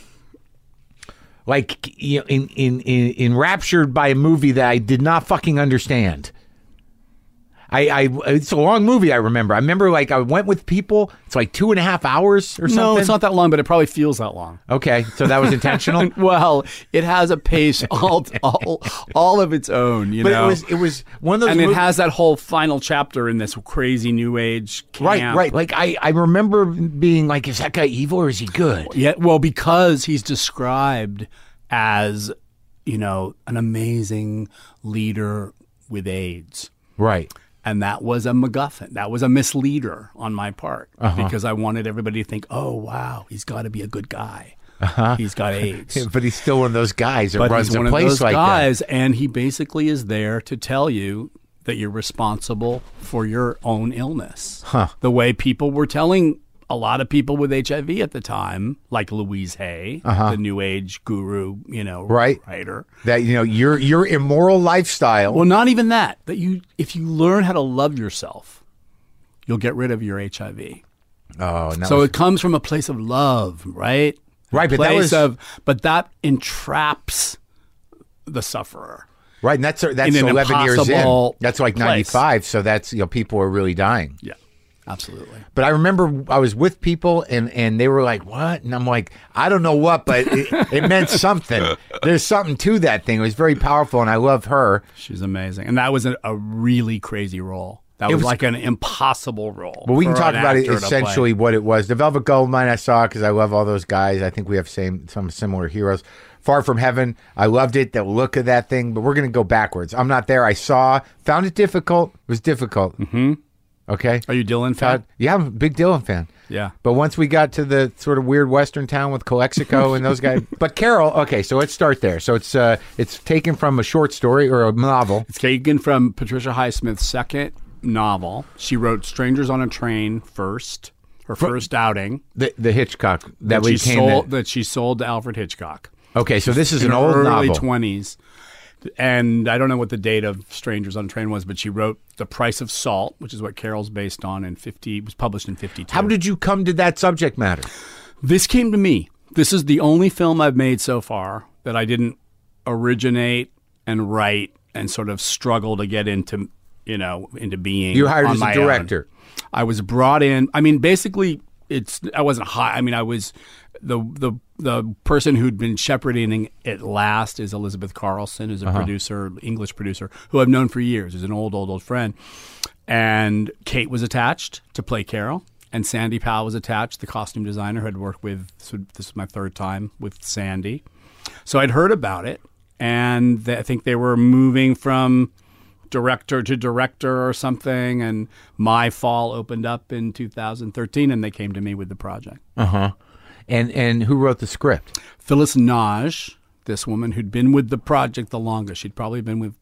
like you know, in, in in enraptured by a movie that I did not fucking understand. I, I it's a long movie I remember. I remember like I went with people. It's like two and a half hours or something. No, it's not that long, but it probably feels that long. Okay, so that was intentional. Well, it has a pace all all, all of its own. You but know, it was it was one of those and it mov- has that whole final chapter in this crazy new age camp. right right like I I remember being like is that guy evil or is he good? Yeah, well, because he's described as, you know, an amazing leader with AIDS. Right. And that was a MacGuffin. That was a misleader on my part Uh-huh. because I wanted everybody to think, oh, wow, he's got to be a good guy. Uh-huh. He's got AIDS. But he's still one of those guys that but runs he's a one place of those like that. guys, and he basically is there to tell you that you're responsible for your own illness. The way people were telling a lot of people with HIV at the time, like Louise Hay, the New Age guru, you know, Uh-huh. Right. writer. That you know your your immoral lifestyle. Well, not even that. That you, if you learn how to love yourself, you'll get rid of your HIV. oh, and that So was- it comes from a place of love, right? Right, a but that place was- of, but that entraps the sufferer. right, and that's that's in an eleven years in. impossible That's like place. ninety five. So that's you know people are really dying. Yeah, absolutely. But I remember I was with people and and they were like, "What?" And I'm like, "I don't know what, but it, it meant something. There's something to that thing. It was very powerful, and I love her. She's amazing, and that was a, a really crazy role. That It was, was- like an impossible role. But we can for talk an about it actor to play. essentially what it was. The Velvet Goldmine I saw because I love all those guys. I think we have same some similar heroes. Far from Heaven, I loved it. The look of that thing. But we're gonna go backwards. I'm not there. I saw, found it difficult. It was difficult. Mm-hmm. Okay. Are you Dylan Uh, fan? yeah, I'm a big Dylan fan. Yeah. But once we got to the sort of weird Western town with Calexico and those guys, but Carol. Okay, so let's start there. So it's uh, it's taken from a short story or a novel. It's taken from Patricia Highsmith's second novel. She wrote *Strangers on a Train* first, her first outing The, the Hitchcock that, we she came. sold in. that she sold to Alfred Hitchcock. okay, so this is an in old her early novel. 20s. And I don't know what the date of Strangers on a Train was, but she wrote The Price of Salt, which is what Carol's based on, and 50 was published in 52. How did you come to that subject matter? this came to me. This is the only film I've made so far that I didn't originate and write and sort of struggle to get into, you know, into being. You were hired on as a my own. director. I was brought in. I mean, basically, it's I wasn't high. I mean, I was the the the person who'd been shepherding it last is Elizabeth Carlson, who's a producer, English producer, who I've known for years, who's an old old old friend. And Kate was attached to play Carol, and Sandy Powell was attached, the costume designer who I'd worked with. So this is my third time with Sandy. So I'd heard about it, and th- I think they were moving from director to director or something. And My Fall opened up in 2013, and they came to me with the project. And and who wrote the script? Phyllis Naj, this woman who'd been with the project the longest, she'd probably been with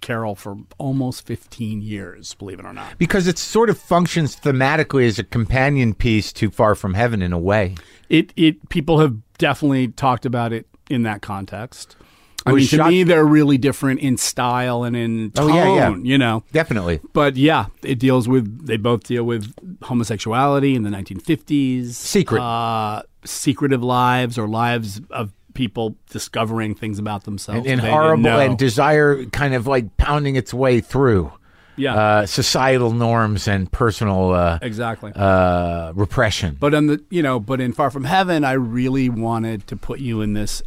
Carol for almost 15 years, believe it or not. Because it sort of functions thematically as a companion piece to Far From Heaven in a way. It it people have definitely talked about it in that context. I was mean, to shocked- me, they're really different in style and in Oh, tone. yeah, yeah. You know, Definitely. But yeah, it deals with they both deal with homosexuality in the 1950s, Secret. uh, secretive lives or lives of people discovering things about themselves And, and they didn't horrible know. and desire kind of like pounding its way through yeah, uh, societal norms and personal uh, exactly. uh, repression. But on the you know, but in Far From Heaven, I really wanted to put you in this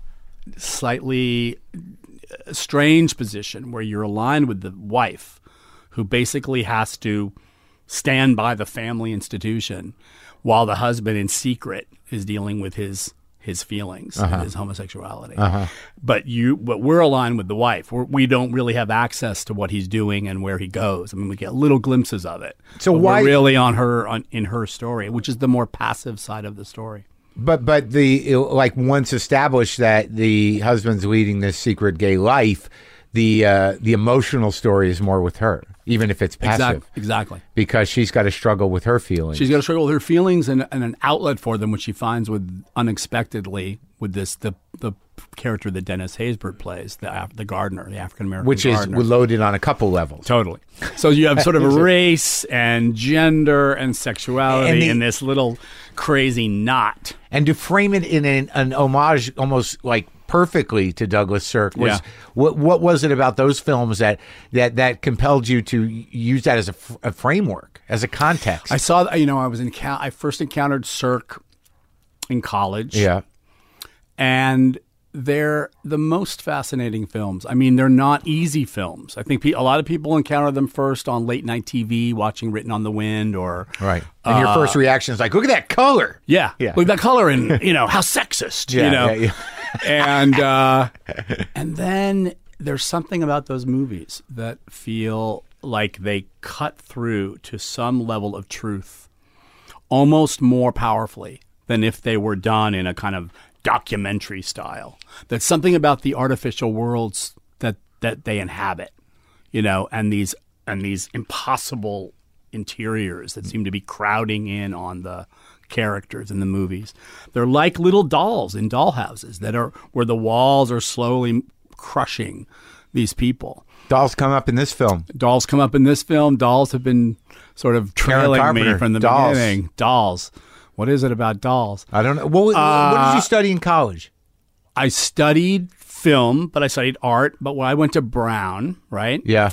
slightly uh, strange position where you're aligned with the wife, who basically has to stand by the family institution, while the husband in secret is dealing with his his feelings, Uh-huh. and his homosexuality. But you, but we're aligned with the wife. We're, we don't really have access to what he's doing and where he goes. I mean, we get little glimpses of it. So But we're why- really on her on in her story, which is the more passive side of the story. But but the like once established that the husband's leading this secret gay life, the uh, the emotional story is more with her, even if it's passive, Exactly. Exactly. because she's got to struggle with her feelings. She's got to struggle with her feelings and, and an outlet for them, which she finds with unexpectedly with this the the character that Dennis Haysbert plays, the Af- the gardener, the African American, which is gardener. loaded on a couple levels. Totally. So you have sort of race and gender and sexuality And the- in this little crazy knot. And to frame it in an, an homage almost like perfectly to Douglas Sirk was Yeah. what what was it about those films that that that compelled you to use that as a, f- a framework, as a context? I saw, you know, I was in, I first encountered Cirque in college. yeah. and they're the most fascinating films. I mean, they're not easy films. I think pe- a lot of people encounter them first on late night TV, watching Written on the Wind or Right. And your first reaction is like, look at that color. yeah, Yeah. Look at that color and you know how sexist, Yeah, you know, yeah, and uh, and then there's something about those movies that feel like they cut through to some level of truth, almost more powerfully than if they were done in a kind of documentary style. That's something about the artificial worlds that that they inhabit, you know, and these Hmm. and these impossible interiors that seem to be crowding in on the characters in the movies. They're like little dolls in dollhouses that are where the walls are slowly crushing these people. Dolls come up in this film. Dolls come up in this film. Dolls have been sort of Karen trailing me Carpenter, from the dolls. beginning. Dolls. What is it about dolls? I don't know. What, was- what did you study in college? I studied film, but I studied art. But when I went to Brown, right? Yeah.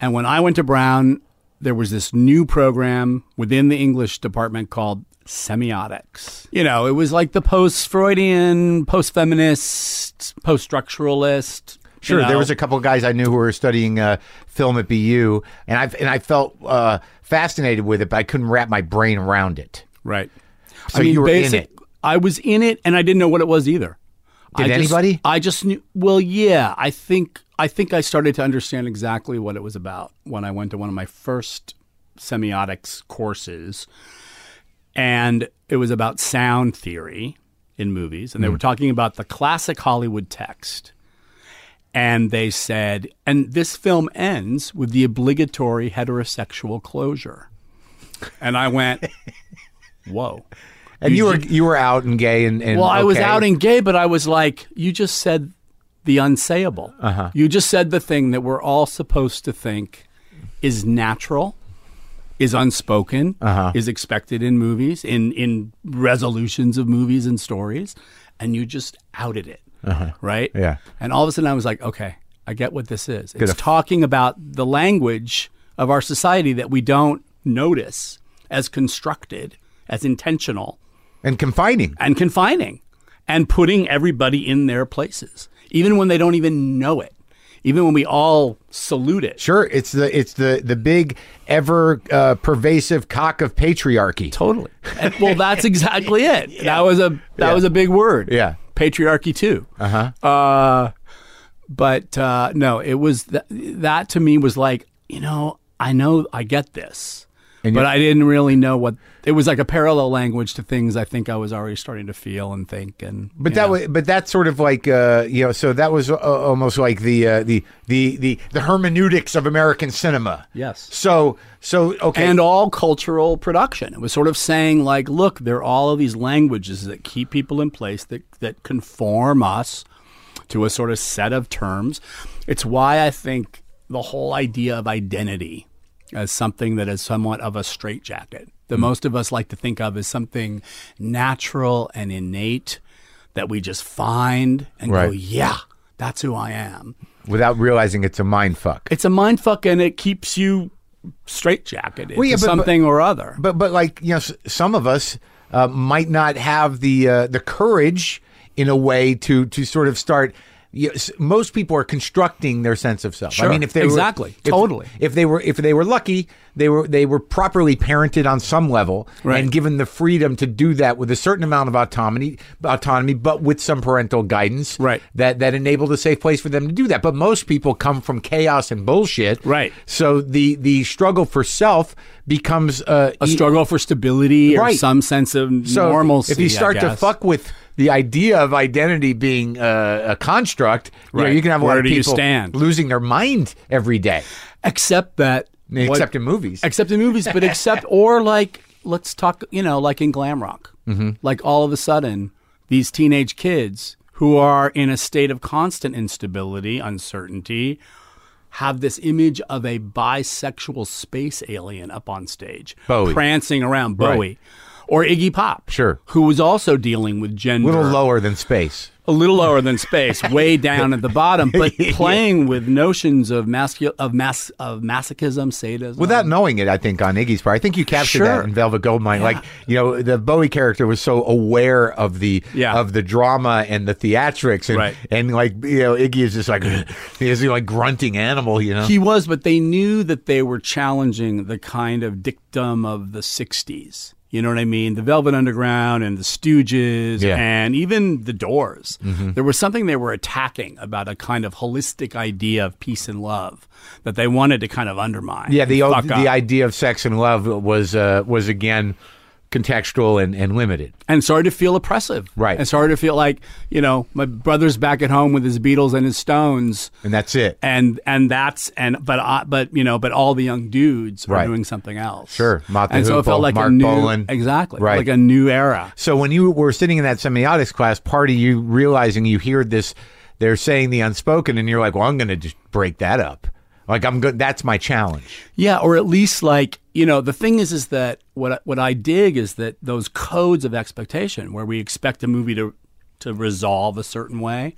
And when I went to Brown, there was this new program within the English department called semiotics. You know, it was like the post Freudian, post feminist, post structuralist. Sure, there was a couple of guys I knew who were studying uh, film at BU, and I and I felt uh, fascinated with it, but I couldn't wrap my brain around it. Right. So you were in it. I was in it, and I didn't know what it was either. Did I just- anybody? I just knew. Well, yeah. I think I think I started to understand exactly what it was about when I went to one of my first semiotics courses, and it was about sound theory in movies, Hmm. and they were talking about the classic Hollywood text. And they said, and this film ends with the obligatory heterosexual closure. And I went, whoa. And you, were you were out and gay and, and Well, I was okay. out and gay, but I was like, you just said the unsayable. Uh-huh. You just said the thing that we're all supposed to think is natural, is unspoken, Uh-huh. is expected in movies, in in resolutions of movies and stories, and you just outed it, right? Uh-huh. Yeah. And all of a sudden, I was like, okay, I get what this is. It's a- talking about the language of our society that we don't notice as constructed, as intentional and confining. and confining and putting everybody in their places, even when they don't even know it, even when we all salute it. Sure, it's the it's the the big ever uh, pervasive cock of patriarchy. Totally. And- well, that's exactly it. That was a that Yeah. was a big word. Yeah. Patriarchy too. Uh-huh. but uh, no, it was th- that to me was like, you know, I know I get this. but I didn't really know what it was like a parallel language to things I think I was already starting to feel and think and But that was, but that's sort of like uh, you know, so that was uh, almost like the uh, the the the the hermeneutics of American cinema. Yes. So so okay. and all cultural production. It was sort of saying like, look, there are all of these languages that keep people in place that that conform us to a sort of set of terms. It's why I think the whole idea of identity as something that is somewhat of a straitjacket that Hmm. most of us like to think of as something natural and innate that we just find and go, Right. yeah, that's who I am. without realizing it's a mind fuck. It's a mind fuck and it keeps you straitjacketed Well, yeah, to but- but- something or other. but but like you know, s- some of us uh, might not have the uh, the courage in a way to to sort of start. You know, s- most people are constructing their sense of self. Sure. I mean, if they Exactly. were, if- Totally. if they were if they were lucky, they were they were properly parented on some level Right. and given the freedom to do that with a certain amount of autonomy, autonomy, but with some parental guidance, Right. That that enabled a safe place for them to do that. But most people come from chaos and bullshit, Right. So the the struggle for self becomes uh, a e- struggle for stability or Right. some sense of so normalcy. If you I start to guess. fuck with the idea of identity being uh, a construct, you, know, Right. you can have a Where lot of do you people stand? losing their mind every day, except that, what- except in movies. except in movies, but except or like let's talk, you know, like in glam rock, Mm-hmm. like all of a sudden these teenage kids who are in a state of constant instability, uncertainty. Have this image of a bisexual space alien up on stage, Bowie. prancing around Bowie, or Iggy Pop, Sure. who was also dealing with a gender, little lower than space. a little lower than space, way down at the bottom, but playing with notions of mascu- of mas- of masochism, sadism. Without knowing it, I think on Iggy's part, I think you captured Um, Sure. that in Velvet Goldmine. Like you know, the Bowie character was so aware of the Yeah. of the drama and the theatrics, and Right. and like you know, Iggy is just like he is like grunting animal, you know. he was, but they knew that they were challenging the kind of dictum of the '60s. You know what I mean? The Velvet Underground and the Stooges, Yeah. Mm-hmm. and even the Doors. There was something they were attacking about a kind of holistic idea of peace and love that they wanted to kind of undermine. Yeah, the old, and fuck the up. idea of sex and love was uh, was again contextual and, and limited. and started to feel oppressive. Right. And started to feel like, you know, my brother's back at home with his Beatles and his Stones. And that's it. And and that's and but I, but you know but all the young dudes are Right. doing something else. Sure. Mott the and so it Hoople, felt like Mark a new Bolan. exactly Right. like a new era. So when you were sitting in that semiotics class, part of you realizing you hear this, they're saying the unspoken, and you're like, well, I'm going to just break that up. Like I'm good. That's my challenge. Yeah, or at least like you know the thing is is that what I- what I dig is that those codes of expectation where we expect a movie to to resolve a certain way.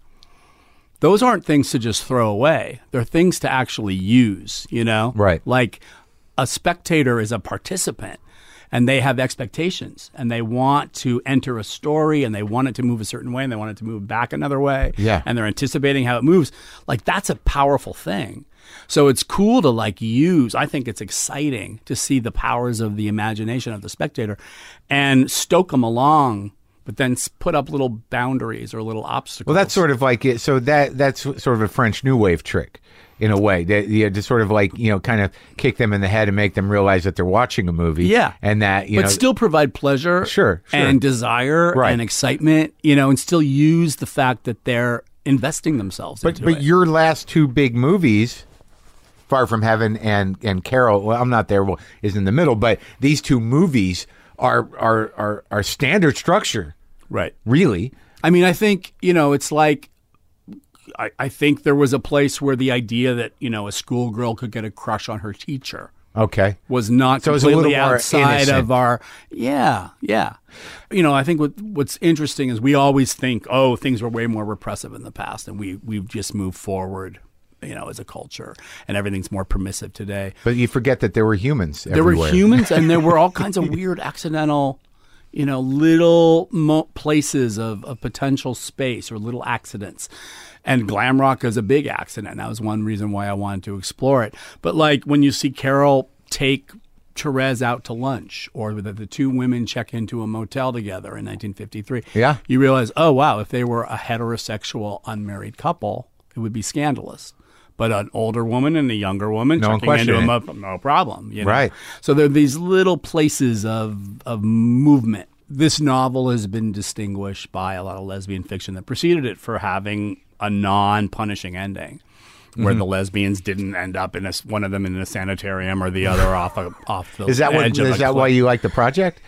Those aren't things to just throw away. They're things to actually use. You know, Right. Like a spectator is a participant. And they have expectations, and they want to enter a story, and they want it to move a certain way, and they want it to move back another way Yeah. and they're anticipating how it moves. Like that's a powerful thing. So it's cool to like use. I think it's exciting to see the powers of the imagination of the spectator and stoke them along, but then s- put up little boundaries or little obstacles. Well, that's sort of like it. So that that's sort of a French New Wave trick, in a way. That you know, to sort of like you know, kind of kick them in the head and make them realize that they're watching a movie. Yeah. and that you but know, still provide pleasure Sure, sure. and desire Right. and excitement, you know, and still use the fact that they're investing themselves But into but it. your last two big movies, Far From Heaven and and Carol, well, I'm not there. Well, is in the middle, but these two movies are are are, are standard structure, right. really. I mean, I think, you know, it's like I, I think there was a place where the idea that, you know, a schoolgirl could get a crush on her teacher Okay. was not So it was a completely little more outside innocent. of our yeah, yeah. You know, I think what what's interesting is we always think, oh, things were way more repressive in the past and we we've just moved forward, you know, as a culture and everything's more permissive today. But you forget that there were humans. There were everywhere. humans, and there were all kinds of weird, accidental, you know, little mo- places of, of potential space or little accidents. And glam rock is a big accident. That was one reason why I wanted to explore it. But like when you see Carol take Therese out to lunch, or that the two women check into a motel together in 1953, Yeah. you realize, oh wow, if they were a heterosexual unmarried couple, it would be scandalous. But an older woman and a younger woman No one checking into questioned a it. mo- up, no problem. You know? Right. So there are these little places of of movement. This novel has been distinguished by a lot of lesbian fiction that preceded it for having a non-punishing ending, where Mm-hmm. the lesbians didn't end up in a, s- one of them in a sanitarium or the other off a, off the Is that what? Is edge of a that cliff. why you like the project?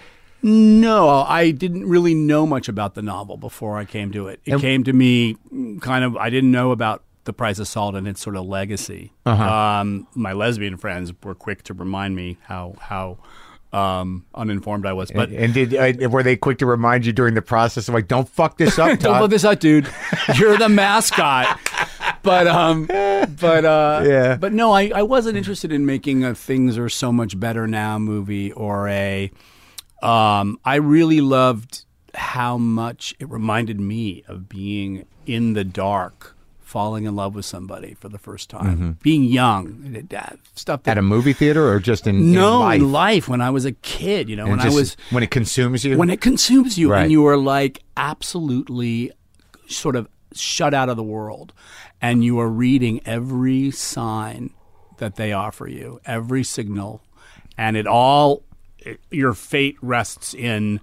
No, I didn't really know much about the novel before I came to it. It came to me mm, kind of, I didn't know about The Price of Salt and its sort of legacy. Um, my lesbian friends were quick to remind me how, how um, uninformed I was. But And did uh, were they quick to remind you during the process of like, don't fuck this up, don't Todd? put this out, dude. You're the mascot. But um, but uh, Yeah. But no, I, I wasn't interested in making a things are so much better now movie or a. Um, I really loved how much it reminded me of being in the dark, falling in love with somebody for the first time, being young, it- that stuff that at Mm-hmm. a movie theater or just in no in life? in life when I was a kid, you know, And when just I was when it consumes you. when it consumes you Right. and you are like absolutely sort of shut out of the world and you are reading every sign that they offer you every signal and it all it, your fate rests in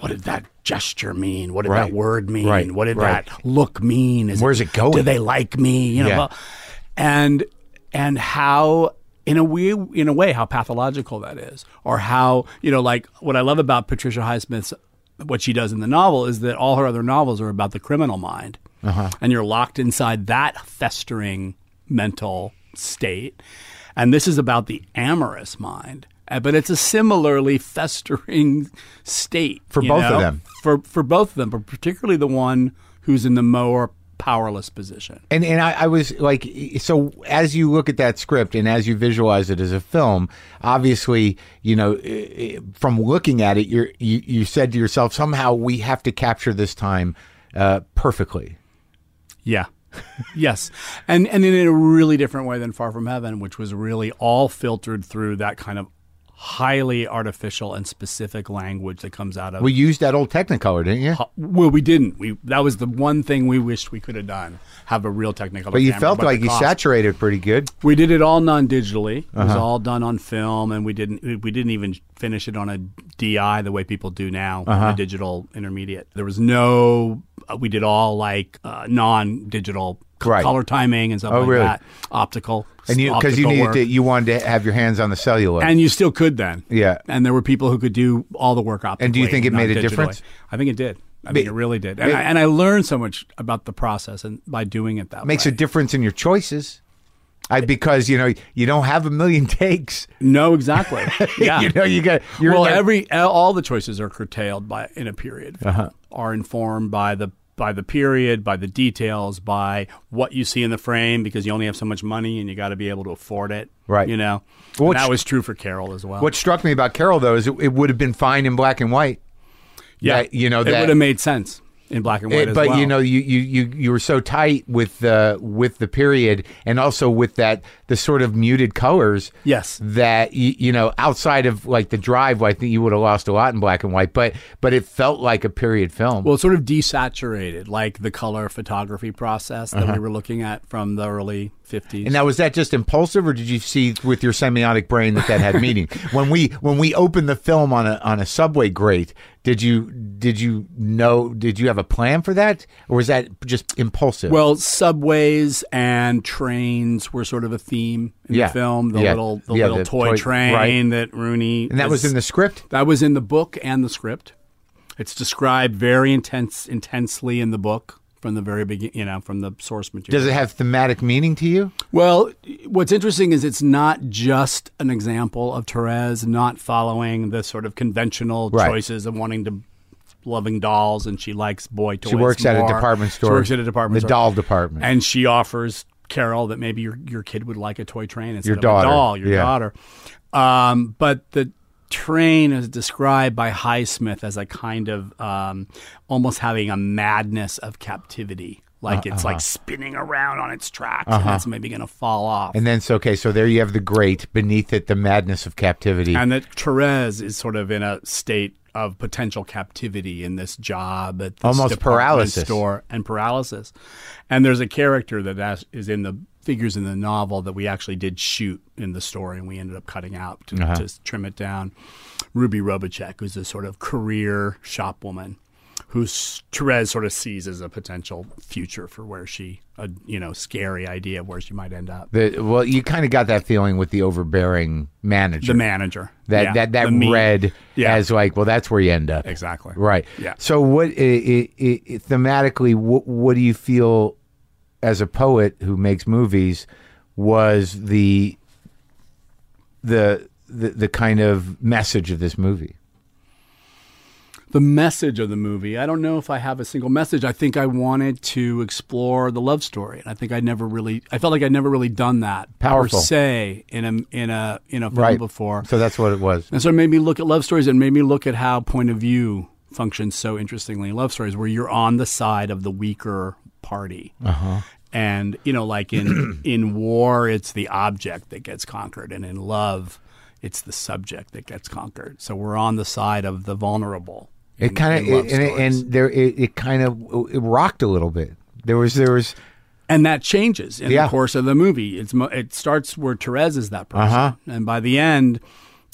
what did that gesture mean what did Right. that word mean Right. what did Right. that look mean Is Where's it going? do they like me you know Yeah. blah- and and how in a way in a way how pathological that is or how you know like what i love about patricia highsmith's what she does in the novel is that all her other novels are about the criminal mind and you're locked inside that festering mental state and this is about the amorous mind Uh, but it's a similarly festering state For you both of know? them. for for both of them but particularly the one who's in the more powerless position And and I, I was like, so as you look at that script and as you visualize it as a film, obviously, you know, eh, eh, from looking at it, you're, you you said to yourself, somehow we have to capture this time uh, perfectly. Yeah. yes. And and in a really different way than Far From Heaven, which was really all filtered through that kind of highly artificial and specific language that comes out of. We used that old Technicolor, didn't you? well, we didn't. We that was the one thing we wished we could have done. Have a real technical. But you felt like you saturated pretty good. We did it all non-digitally. It Uh-huh. was all done on film, and we didn't we didn't even finish it on a DI the way people do now, Uh-huh. a digital intermediate. There was no. uh, we did all like uh, non-digital c- Right. Oh, color timing and stuff like really? that, optical. And you because you optical needed work. to, you wanted to have your hands on the cellular. And you still could then. Yeah. And there were people who could do all the work optically. And do you think it not made a digitally. difference? I think it did. I think it really did. And, ma- I, and I learned so much about the process and by doing it that makes way. a difference in your choices. I because you know you don't have a million takes. No, exactly. Yeah. you know you got. You're well, like- every all the choices are curtailed by in a period. Uh-huh. Are informed by the by the period, by the details, by what you see in the frame because you only have so much money and you got to be able to afford it. Right. You know. Well, And what's- that was true for Carol as well. what struck me about Carol though is it, it would have been fine in black and white. yeah, that, you know, it that- would have made sense in black and white. It- as but well. you know, you, you you you were so tight with the with the period, and also with that the sort of muted colors. Yes. that you, you know, outside of like the drive, I think you would have lost a lot in black and white. But but it felt like a period film. Well, it's sort of desaturated, like the color photography process that Uh-huh. we were looking at from the early 50s. and now was that just impulsive, or did you see with your semiotic brain that that had meaning? when we when we opened the film on a on a subway grate, did you did you know did you have a plan for that, or was that just impulsive? well, subways and trains were sort of a theme in Yeah. the film. The Yeah. little, the Yeah, little the toy, toy- train right. that Rooney. and that was in the script. That was in the book and the script. It's described very intense, intensely in the book from the very beginning. You know, from the source material. Does it have thematic meaning to you? Well, what's interesting is it's not just an example of Therese not following the sort of conventional Right. choices of wanting to loving dolls and she likes boy toys. She works at a more. department store. She works at a department the store. doll department. And she offers Carol that maybe your your kid would like a toy train instead Your of daughter. a doll, your Yeah. daughter. Um, but the train is described by Highsmith as a kind of um, almost having a madness of captivity. Like it's Uh-huh. like spinning around on its tracks, and that's maybe going to fall off. and then, so, okay, so there you have the great. Beneath it, the madness of captivity. and that Therese is sort of in a state of potential captivity in this job at this Almost department paralysis. store and paralysis. And there's a character that as- is in the figures in the novel that we actually did shoot in the story and we ended up cutting out to, Uh-huh. to trim it down. Ruby Robichek, who's a sort of career shopwoman who s- Therese sort of sees as a potential future for where she, a you know, scary idea of where she might end up. the, well, you kind of got that feeling with the overbearing manager. The manager. that Yeah. that that The mean- read Yeah. as like, well, that's where you end up. Exactly. Right. Yeah. So, what i i i thematically, what, what do you feel as a poet who makes movies was the the the, the kind of message of this movie? the message of the movie. I don't know if I have a single message. I think I wanted to explore the love story, and I think I never really, I felt like I'd never really done that Powerful. per se in a in a in a film Right. before. So that's what it was. And so it made me look at love stories and made me look at how point of view functions so interestingly in love stories, where you're on the side of the weaker party. Uh-huh. And, you know, like in, in war, it's the object that gets conquered, and in love, it's the subject that gets conquered. So we're on the side of the vulnerable. It in- kind in love of and, stories. and there it, it kind of it rocked a little bit. There was there was and that changes in Yeah. the course of the movie. It's mo- it starts where Therese is that person, Uh-huh. and by the end,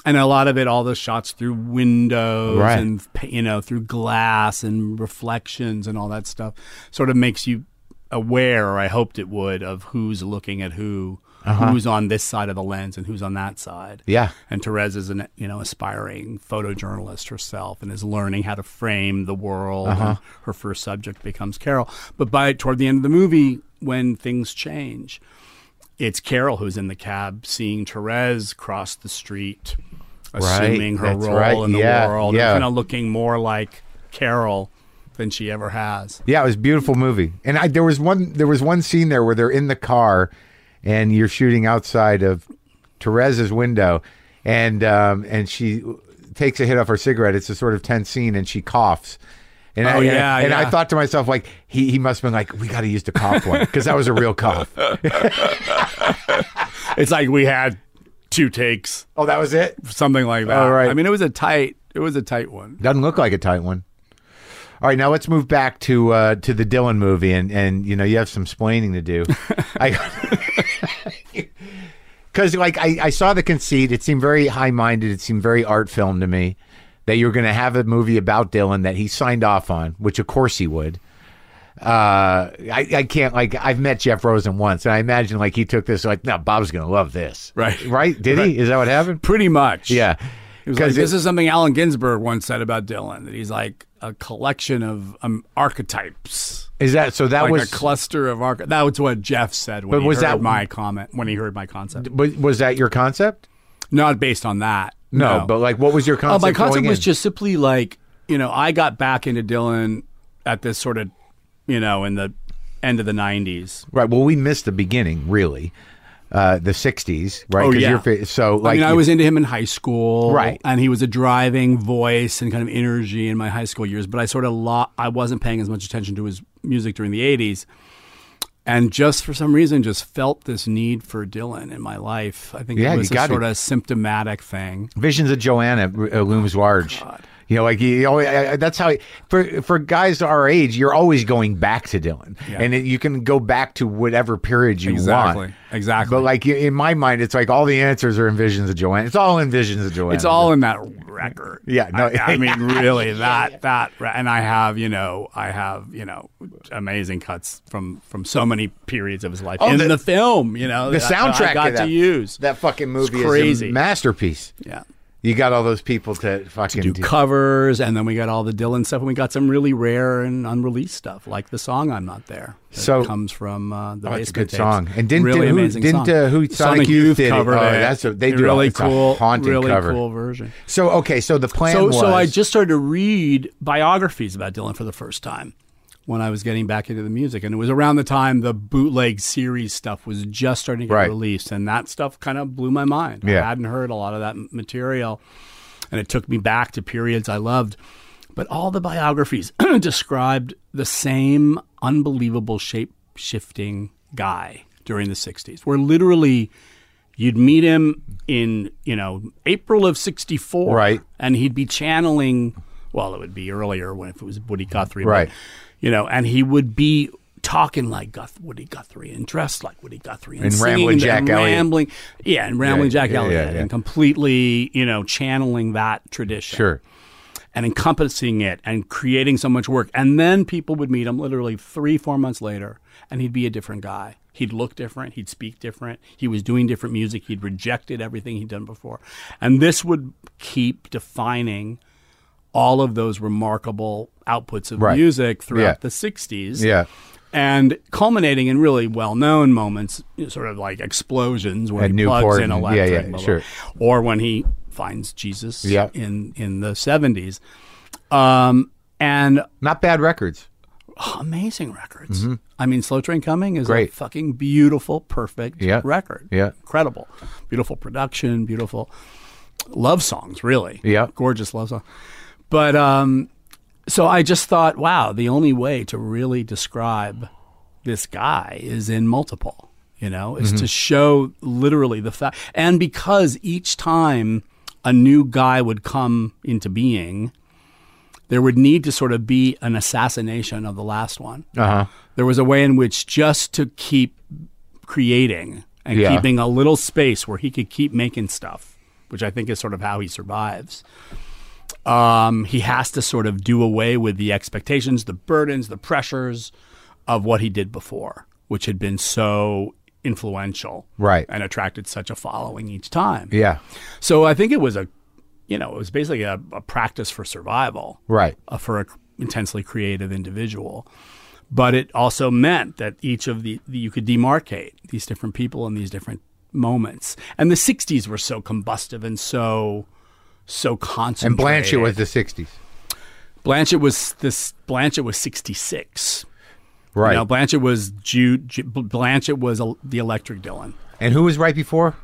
and a lot of it, all the shots through windows Right. and pa- you know through glass and reflections and all that stuff, sort of makes you aware, or I hoped it would, of who's looking at who, who's on this side of the lens and who's on that side. Uh-huh. Yeah. and Therese is an you know aspiring photojournalist herself and is learning how to frame the world. Uh-huh. And her first subject becomes Carol, but by toward the end of the movie, when things change, it's Carol who's in the cab seeing Therese cross the street, assuming her That's role right. in the Yeah. world, Yeah. kind of looking more like Carol than she ever has. Yeah, it was a beautiful movie. And I there was one there was one scene there where they're in the car and you're shooting outside of Therese's window and um and she takes a hit off her cigarette. It's a sort of tense scene and she coughs. And I, Oh, and I- yeah, and, I yeah. thought to myself, like he, he must have been like, we got to use the cough one because that was a real cough. It's like we had two takes, Oh, that was it. something like that. All Oh, right. I mean, it was a tight. It was a tight one. Doesn't look like a tight one. All right, now let's move back to uh, to the Dylan movie, and and you know you have some splaining to do. I because like I, I saw the conceit. It seemed very high minded. It seemed very art film to me that you're going to have a movie about Dylan that he signed off on, which of course he would. Uh, I, I can't like I've met Jeff Rosen once, and I imagine like he took this like, no, Bob's going to love this, Right. Right? Did he? Is that what happened? Pretty much. Yeah, It was like, it- this is something Allen Ginsberg once said about Dylan that he's like a collection of um, archetypes, is that so? That like was a cluster of archetypes. That was what Jeff said when But he was heard that- my comment when he heard my concept. was, was that your concept? Not based on that. No, but like, what was your Oh, concept? my concept going was in? just simply like you know I got back into Dylan at this sort of you know in the end of the '90s. right. Well, we missed the beginning, really, uh, the '60s, right? Oh, 'Cause yeah. you're fa- so like, I mean, I you- was into him in high school, Right. And he was a driving voice and kind of energy in my high school years. But I sort of lo- I wasn't paying as much attention to his music during the '80s, and just for some reason, just felt this need for Dylan in my life. I think Yeah, it you was a got sort it. of symptomatic thing. visions of Joanna uh, looms large. You know, like you always, I, I- that's how for for guys our age, you're always going back to Dylan, and it, you can go back to whatever period you Exactly, want. exactly. But like in my mind, it's like all the answers are in visions of Joanna. It's all in visions of Joanna. It's all in that record. Yeah, no- I, I mean, really, that that, re- and I have, you know, I have, you know, amazing cuts from from so many periods of his life in Oh, the- the, film. You know, the that- that soundtrack I got of that, to use. that fucking movie is crazy. a masterpiece. yeah, You got all those people to fucking do do. covers, and then we got all the Dylan stuff, and we got some really rare and unreleased stuff, like the song "I'm Not There." that So- comes from uh, the Oh, it's a basement good song. tapes. And didn't- really who- amazing didn't, song. uh, who- Sonic Youth did it. covered Oh, it. that's a- they do a- really it's a cool, haunted really cover. cool version. So okay, so the plan So, was so I just started to read biographies about Dylan for the first time when I was getting back into the music, and it was around the time the bootleg series stuff was just starting to get Right. released, and that stuff kind of blew my mind. Yeah. I hadn't heard a lot of that m- material, and it took me back to periods I loved. But all the biographies described the same unbelievable shape shifting guy during the '60s, where literally you'd meet him in you know April of '64, Right. And he'd be channeling. Well, it would be earlier when if it was Woody Guthrie, but, Right. you know, and he would be talking like Guth- Woody Guthrie and dressed like Woody Guthrie and, And singing Ramblin' and Jack Elliott. rambling, yeah, and rambling Yeah, Jack yeah, Elliott, yeah, yeah. and completely you know channeling that tradition sure. and encompassing it and creating so much work. And then people would meet him literally three, four months later, and he'd be a different guy. He'd look different. He'd speak different. He was doing different music. He'd rejected everything he'd done before. And this would keep defining all of those remarkable outputs of Right. music throughout Yeah. the 60s Yeah. and culminating in really well-known moments, you know, sort of like explosions where At he Newport plugs in and- electric, yeah, yeah, blah, blah, sure. blah. or when he finds Jesus Yeah. in in the seventies, um, and Not bad records. amazing records. I mean, Slow Train Coming is Mm-hmm. Great. a fucking beautiful, perfect Yeah. record. Yeah. incredible, beautiful production, beautiful love songs, really. Yeah. gorgeous love song. But um, so I just thought, wow, the only way to really describe this guy is in multiple. You know, is to show literally the fact, and because each time a new guy would come into being, there would need to sort of be an assassination of the last one. Uh huh. There was a way in which just to keep creating and Yeah. keeping a little space where he could keep making stuff, which I think is sort of how he survives. Um, he has to sort of do away with the expectations, the burdens, the pressures of what he did before, which had been so influential Right. and attracted such a following each time. Yeah. So I think it was a, you know, it was basically a, a practice for survival Right. uh, for an intensely creative individual. But it also meant that each of the, the- you could demarcate these different people in these different moments. And the 60s were so combustive and so so And concentrated. Blanchett was the '60s. Blanchett was this Blanchett was 66. Right. You know, Blanchett was Jude Ju- Blanchett was uh, the electric Dylan. and who was right before?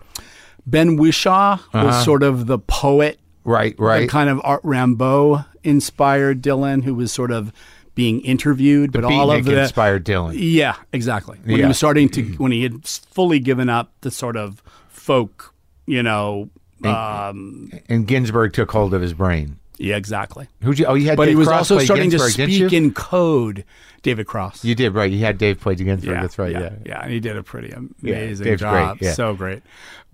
Ben Wishaw was sort of the poet Right. the Uh-huh. Right. kind of Art Rambeau inspired Dylan, who was sort of being interviewed, but all of Beatnik the inspired Dylan. yeah, exactly. When Yeah. Mm-hmm. he was starting to, when he had s- fully given up the sort of folk you know, um, And Ginsburg took hold of his brain. yeah, exactly. Who'd you? Oh, you had. But Dave he was Cross also play starting Ginsburg, to didn't speak you? in code, David Cross. You did right. You had Dave play Ginsburg. Yeah, That's right. Yeah. yeah, and he did a pretty amazing Dave's great, job. yeah. So great.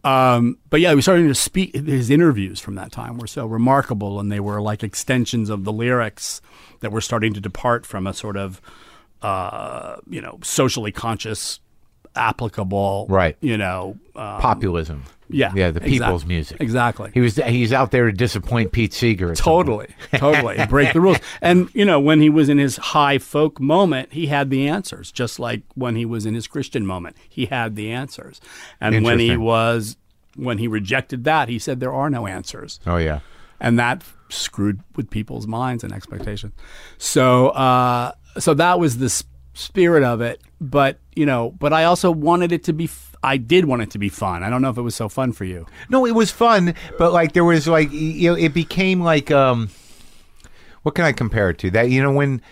Um, but yeah, we started to speak. His interviews from that time were so remarkable, and they were like extensions of the lyrics that were starting to depart from a sort of, uh, you know, socially conscious, applicable, Right. You know, uh, Populism. yeah, Yeah. The exact- people's music. exactly. He was. He's out there to disappoint Pete Seeger. at some point. Totally, totally break the rules. And you know, when he was in his high folk moment, he had the answers. Just like when he was in his Christian moment, he had the answers. And when he Interesting. was, when he rejected that, he said there are no answers, Oh yeah. and that screwed with people's minds and expectations. So, uh, so that was the s- spirit of it. But you know, but I also wanted it to be. F- I did want it to be fun. I don't know if it was so fun for you. No, it was fun, but like there was like y- you know, it became like um, what can I compare it to? That you know when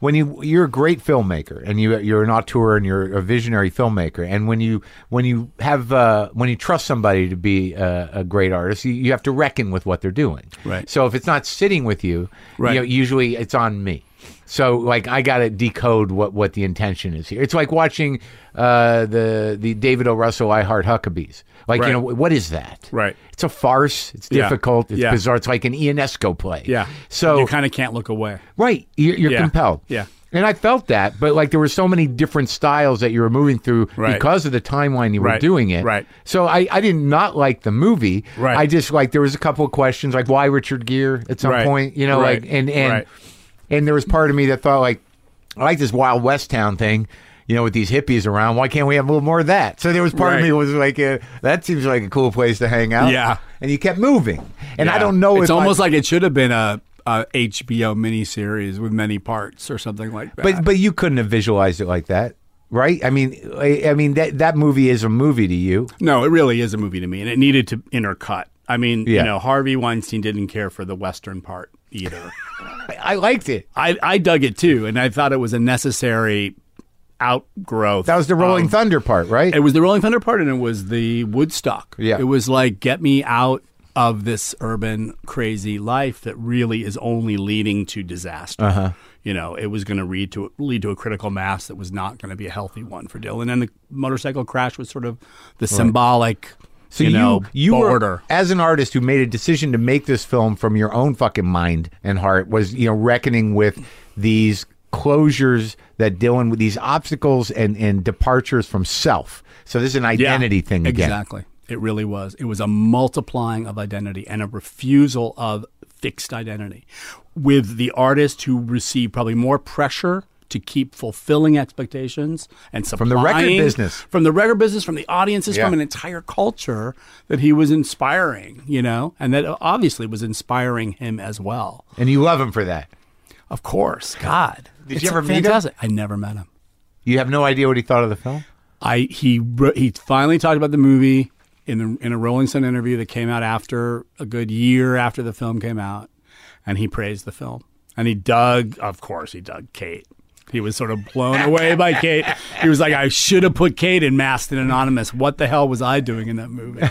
when you you're a great filmmaker and you you're an auteur and you're a visionary filmmaker, and when you when you have uh, when you trust somebody to be a, a great artist, you, you have to reckon with what they're doing. Right. So if it's not sitting with you, Right. you know, usually it's on me. So like I gotta decode what, what the intention is here. It's like watching uh, the the David O. Russell I Heart Huckabees. Like Right. you know what is that? Right. It's a farce. It's Yeah. difficult. It's Yeah. bizarre. It's like an Ionesco play. Yeah. So you kind of can't look away. right, you're, you're Yeah. compelled. Yeah. And I felt that, but like there were so many different styles that you were moving through Right. because of the timeline you were Right. doing it. Right. So I, I did not like the movie. Right. I just like there was a couple of questions like why Richard Gere at some Right. point, you know, Right. like and and Right. and there was part of me that thought like I like this Wild West town thing. You know, with these hippies around, why can't we have a little more of that? So there was part Right. of me was like, uh, that seems like a cool place to hang out. Yeah. And you kept moving. And I Yeah. don't know if It's I- almost like it should have been a, a HBO miniseries with many parts or something like that. But but you couldn't have visualized it like that, right? I mean, I, I mean that that movie is a movie to you. no, it really is a movie to me, and it needed to intercut. I mean, you Yeah. know, Harvey Weinstein didn't care for the western part either. I, I liked it. I, I dug it too, and I thought it was a necessary outgrowth. That was the Rolling Thunder part, right? Um, It was the Rolling Thunder part, and it was the Woodstock. Yeah. it was like get me out of this urban crazy life that really is only leading to disaster. Uh-huh. You know, it was going to lead to lead to a critical mass that was not going to be a healthy one for Dylan. And the motorcycle crash was sort of the symbolic, so you, know, border. were as an artist who made a decision to make this film from your own fucking mind and heart was you know reckoning with these closures that Dylan with these obstacles and and departures from self. So this is an Yeah, identity thing again. Exactly. It really was. It was a multiplying of identity and a refusal of fixed identity with the artist who received probably more pressure to keep fulfilling expectations and supplying the record business. from the record business, from the audiences, Yeah. from an entire culture that he was inspiring, you know, and that obviously was inspiring him as well. And you love him for that. Of course, God. Did It's you ever meet him? fantastic. I never met him. You have no idea what he thought of the film. I he wr- he finally talked about the movie in the, in a Rolling Stone interview that came out after a good year after the film came out, and he praised the film. And he dug, of course, he dug Kate. He was sort of blown away by Kate. He was like, "I should have put Kate in Masked and Anonymous. What the hell was I doing in that movie?"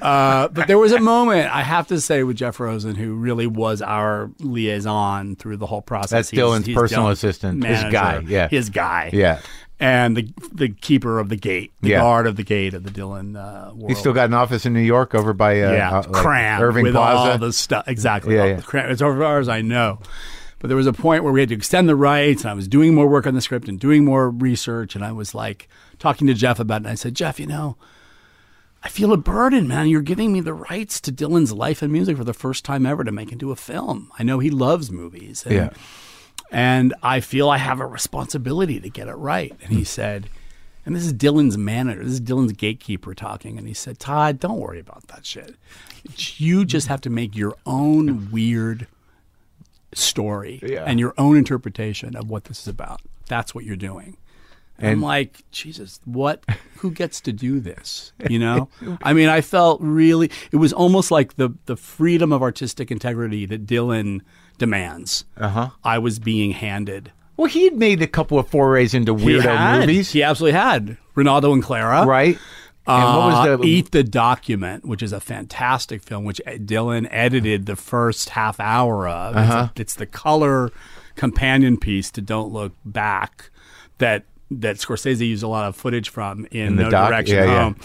Uh, but there was a moment I have to say with Jeff Rosen, who really was our liaison through the whole process. That's Dylan's personal assistant. His manager, guy, yeah. his guy, Yeah. and the the keeper of the gate, the Yeah. guard of the gate of the Dylan uh, world. He's still got an office in New York over by uh, yeah, uh, like cram Irving with Plaza. all the stuff. Exactly, Yeah, all yeah. the cram. It's over ours, I know. But there was a point where we had to extend the rights, and I was doing more work on the script and doing more research, and I was like talking to Jeff about it. And I said, Jeff, you know, I feel a burden, man. You're giving me the rights to Dylan's life and music for the first time ever to make into a film. I know he loves movies. And Yeah. and I feel I have a responsibility to get it right. And he said, and this is Dylan's manager, this is Dylan's gatekeeper talking. And he said, Todd, don't worry about that shit. You just have to make your own weird story and your own interpretation of what this is about. That's what you're doing. And I'm like, Jesus, what? Who gets to do this? You know? I mean, I felt really, it was almost like the, the freedom of artistic integrity that Dylan demands. Uh-huh. I was being handed. Well, he had made a couple of forays into He weirdo had. movies, He absolutely had. Ronaldo and Clara. right? And what was Uh, the- Eat the Document, which is a fantastic film, which Dylan edited the first half hour of. It's a- Uh-huh. It's, the color companion piece to Don't Look Back that that Scorsese used a lot of footage from in, the No doc? Direction Yeah, yeah. Home.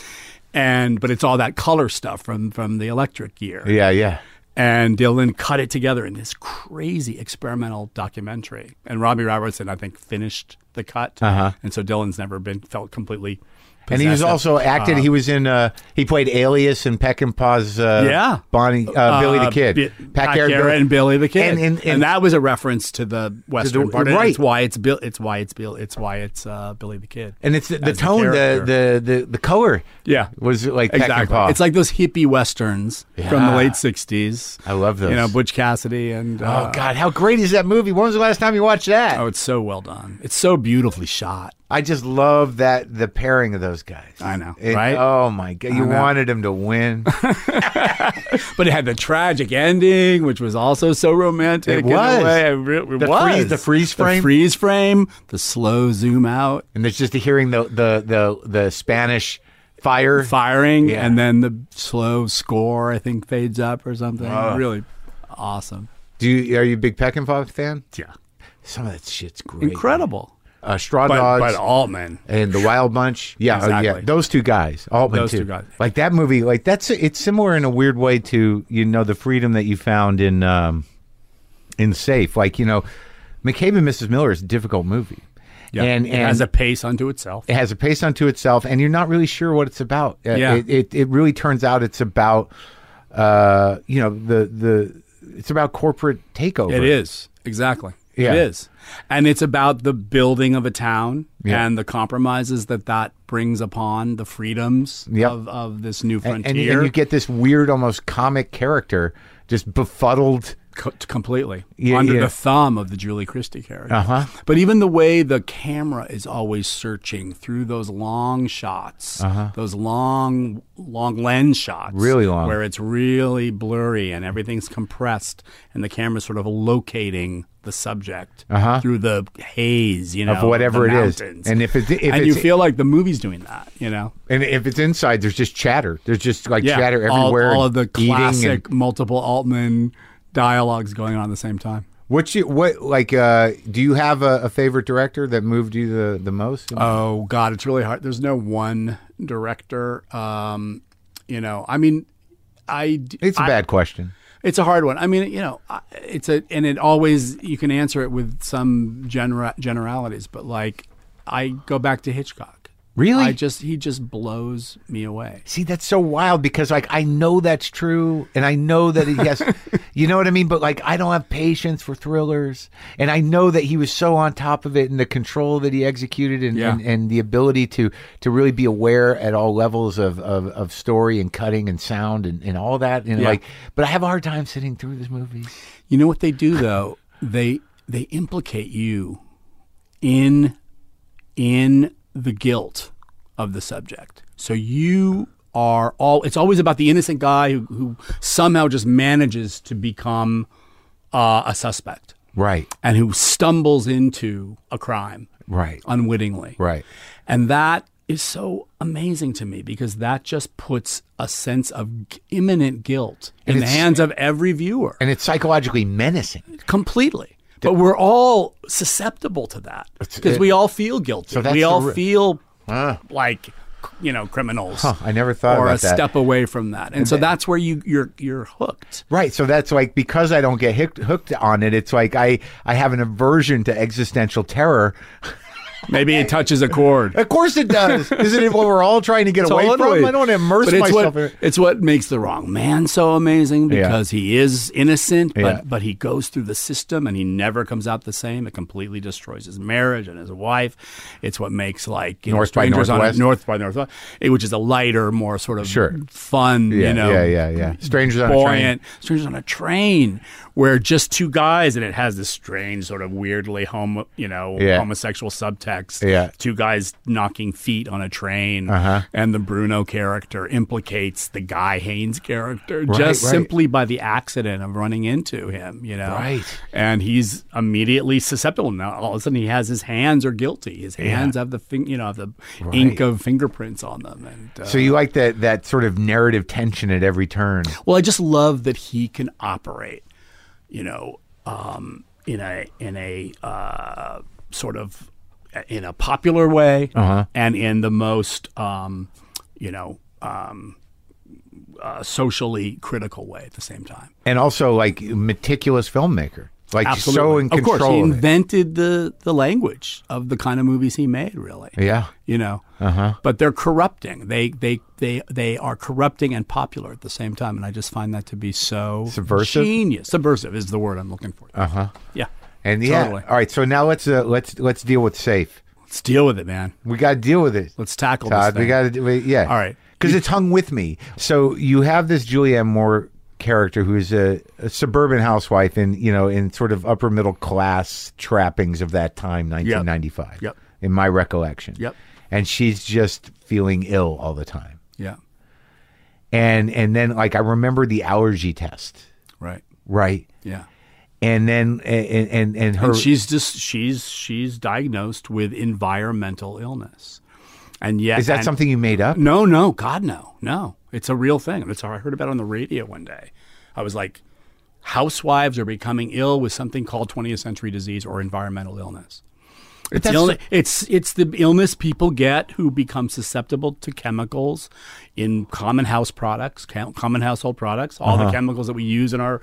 And but it's all that color stuff from from the electric gear. Yeah, yeah. And Dylan cut it together in this crazy experimental documentary. And Robbie Robertson, I think, finished the cut. Uh-huh. And so Dylan's never been felt completely. And he was possessed of- also acted. he was in. Uh, he played Alias in Peckinpah's. Uh, Yeah. Bonnie uh, Billy the Uh, Kid. Bi- Pac Air- Era and Billy the Kid, And, and, and, and, that was a reference to the Western part. and right. It's why it's Bill. It's why it's Bill. It's why it's uh, Billy the Kid. and it's the, the as the tone, the, character. the the the color. Yeah. was like exactly. Peckinpah. It's like those hippie westerns from Yeah. the late '60s. I love those. You know, Butch Cassidy and oh uh, God, how great is that movie? When was the last time you watched that? oh, it's so well done. It's so beautifully shot. I just love that the pairing of those guys. I know, It- right? Oh my God, you wanted him to win. But it had the tragic ending, which was also so romantic. It in a was. way. It re- it The was. freeze- the freeze frame? The freeze frame. The slow zoom out. and it's just hearing the the the the Spanish fire. firing Yeah. and then the slow score I think fades up or something. really awesome. Do you are you a big Peckinpah fan? Yeah. Some of that shit's great. Incredible. Uh, Straw But, Dogs. but Altman. and the Wild Bunch. Yeah, Exactly. oh, yeah, those two guys, Altman Those too. two guys. Like that movie, like that's it's similar in a weird way to you know the freedom that you found in um, in Safe. Like you know, McCabe and Mrs. Miller is a difficult movie, Yeah. and It and has a pace unto itself. it has a pace unto itself, and you're not really sure what it's about. Uh, Yeah. it, it it really turns out it's about uh you know the the it's about corporate takeover. It is. Exactly. Yeah. It is. And it's about the building of a town Yeah. and the compromises that that brings upon the freedoms Yep. of, of this new And, frontier. and, and you get this weird, almost comic character, just befuddled. Co- t- completely Yeah, under yeah. the thumb of the Julie Christie character. Uh-huh. But even the way the camera is always searching through those long shots, those long, long lens shots, Uh-huh. Really long. where it's really blurry and everything's compressed, and the camera's sort of locating the subject through the haze, you know, Uh-huh. Of whatever the it is. mountains. And if it- if and it's- you feel like the movie's doing that, you know. And if it's inside, there's just chatter. There's just like chatter all- everywhere. All, of the and eating and- classic multiple Altman dialogues going on at the same time. What's you what like? uh Do you have a, a favorite director that moved you the the most? Oh God, it's really hard. There's no one director. Um, you know, I mean, I d- it's a I- bad question. It's a hard one. I mean, you know, I- it's a and it always you can answer it with some genera- generalities, but like I go back to Hitchcock. Really? I just he just blows me away. See, that's so wild because like I know that's true, and I know that he has, you know what I mean. But like I don't have patience for thrillers, and I know that he was so on top of it, and the control that he executed, and Yeah. and, and the ability to to really be aware at all levels of of, of story and cutting and sound and, and all that, and Yeah. like. But I have a hard time sitting through this movie. You know what they do though? they they implicate you in in the guilt of the subject. So you are all it's always about the innocent guy who, who somehow just manages to become uh, a suspect Right. and who stumbles into a crime Right. unwittingly. Right. And that is so amazing to me because that just puts a sense of g- imminent guilt And in the it's- hands of every viewer. And it's psychologically menacing. completely. But we're all susceptible to that because it- we all feel guilty. So that's we all the re- feel like you know criminals. I never thought or about a that. step away from that, and, so that's where you you're you're hooked. Right. So that's like because I don't get hooked, hooked on it, it's like I, I have an aversion to existential terror. Maybe it touches a chord. Of course it does. Isn't it what we're all trying to get away Totally. from? I don't immerse But it's myself what, in it. It's what makes the wrong man so amazing Yeah. because he is innocent, but, Yeah. but he goes through the system and he never comes out the same. It completely destroys his marriage and his wife. It's what makes like you North know, by Strangers on a- Northwest. North by Northwest, eh, which is a lighter, more sort of Sure. fun, Yeah, you know, yeah, yeah, yeah. Strangers on a Train. buoyant, Strangers on a Train, where just two guys and it has this strange sort of weirdly homo, you know, Yeah. homosexual subtext context. Yeah. Two guys knocking feet on a train, Uh-huh. and the Bruno character implicates the Guy Haynes character just right. simply by the accident of running into him, you know? Right. And he's immediately susceptible. Now, all of a sudden, he has his hands are guilty. His hands have the, fin- you know, have the ink of fingerprints on them. And uh, So you like that that sort of narrative tension at every turn. well, I just love that he can operate, you know, um, in a in a uh, sort of in a popular way Uh-huh. and in the most um, you know um, uh, socially critical way at the same time. And also like meticulous filmmaker. Like Absolutely, so in of control. course, he of it. invented the the language of the kind of movies he made. Really, yeah. you know. Uh-huh. But they're corrupting. They they they they are corrupting and popular at the same time, and I just find that to be so Subversive? Uh-huh. Genius. Subversive is the word I'm looking for. Uh huh. Yeah. And yeah. Totally. All right, so now let's uh, let's let's deal with safe. Let's deal with it, man. We got to deal with it. Let's tackle Todd, this. we got thing. to yeah. All right. Cuz it's hung with me. So you have this Julianne Moore character who's a, a suburban housewife in, you know, in sort of upper middle class trappings of that time 1995. Yep. In my recollection. Yep. And she's just feeling ill all the time. Yeah. And and then like I remember the allergy test, Right. right? Yeah. And then and and and her And she's just she's she's diagnosed with environmental illness, and yet is that and- something you made up? No, no, God, no, no. It's a real thing. That's how I heard about it on the radio one day. I was like, housewives are becoming ill with something called 20th century disease or environmental illness. It's, that's- illne- it's it's the illness people get who become susceptible to chemicals in common house products, ca- common household products, all Uh-huh. the chemicals that we use in our,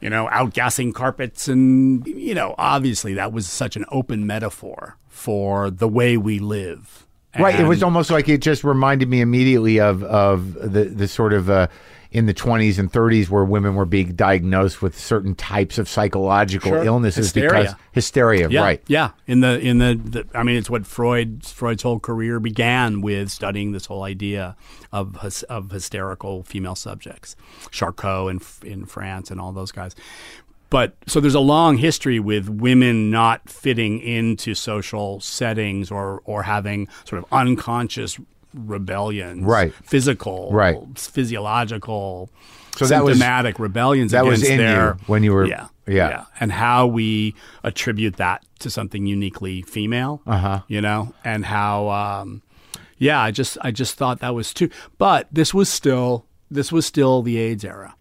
you know, outgassing carpets, and you know, obviously that was such an open metaphor for the way we live. Right. It was And- almost like it just reminded me immediately of of the the sort of uh, in the 20s and 30s where women were being diagnosed with certain types of psychological Sure. illnesses because Hysteria. hysteria. Yeah, Right. Yeah, in the in the, the I mean, it's what Freud Freud's whole career began with studying this whole idea of hys- of hysterical female subjects, Charcot in F- in France and all those guys. But so there's a long history with women not fitting into social settings or or having sort of unconscious rebellions, Right. Physical, Right. Physiological. So that was- symptomatic rebellions that was against in you their when you were- yeah yeah. and how we attribute that to something uniquely female uh-huh. you know and how um, yeah i just i just thought that was too but this was still this was still the aids era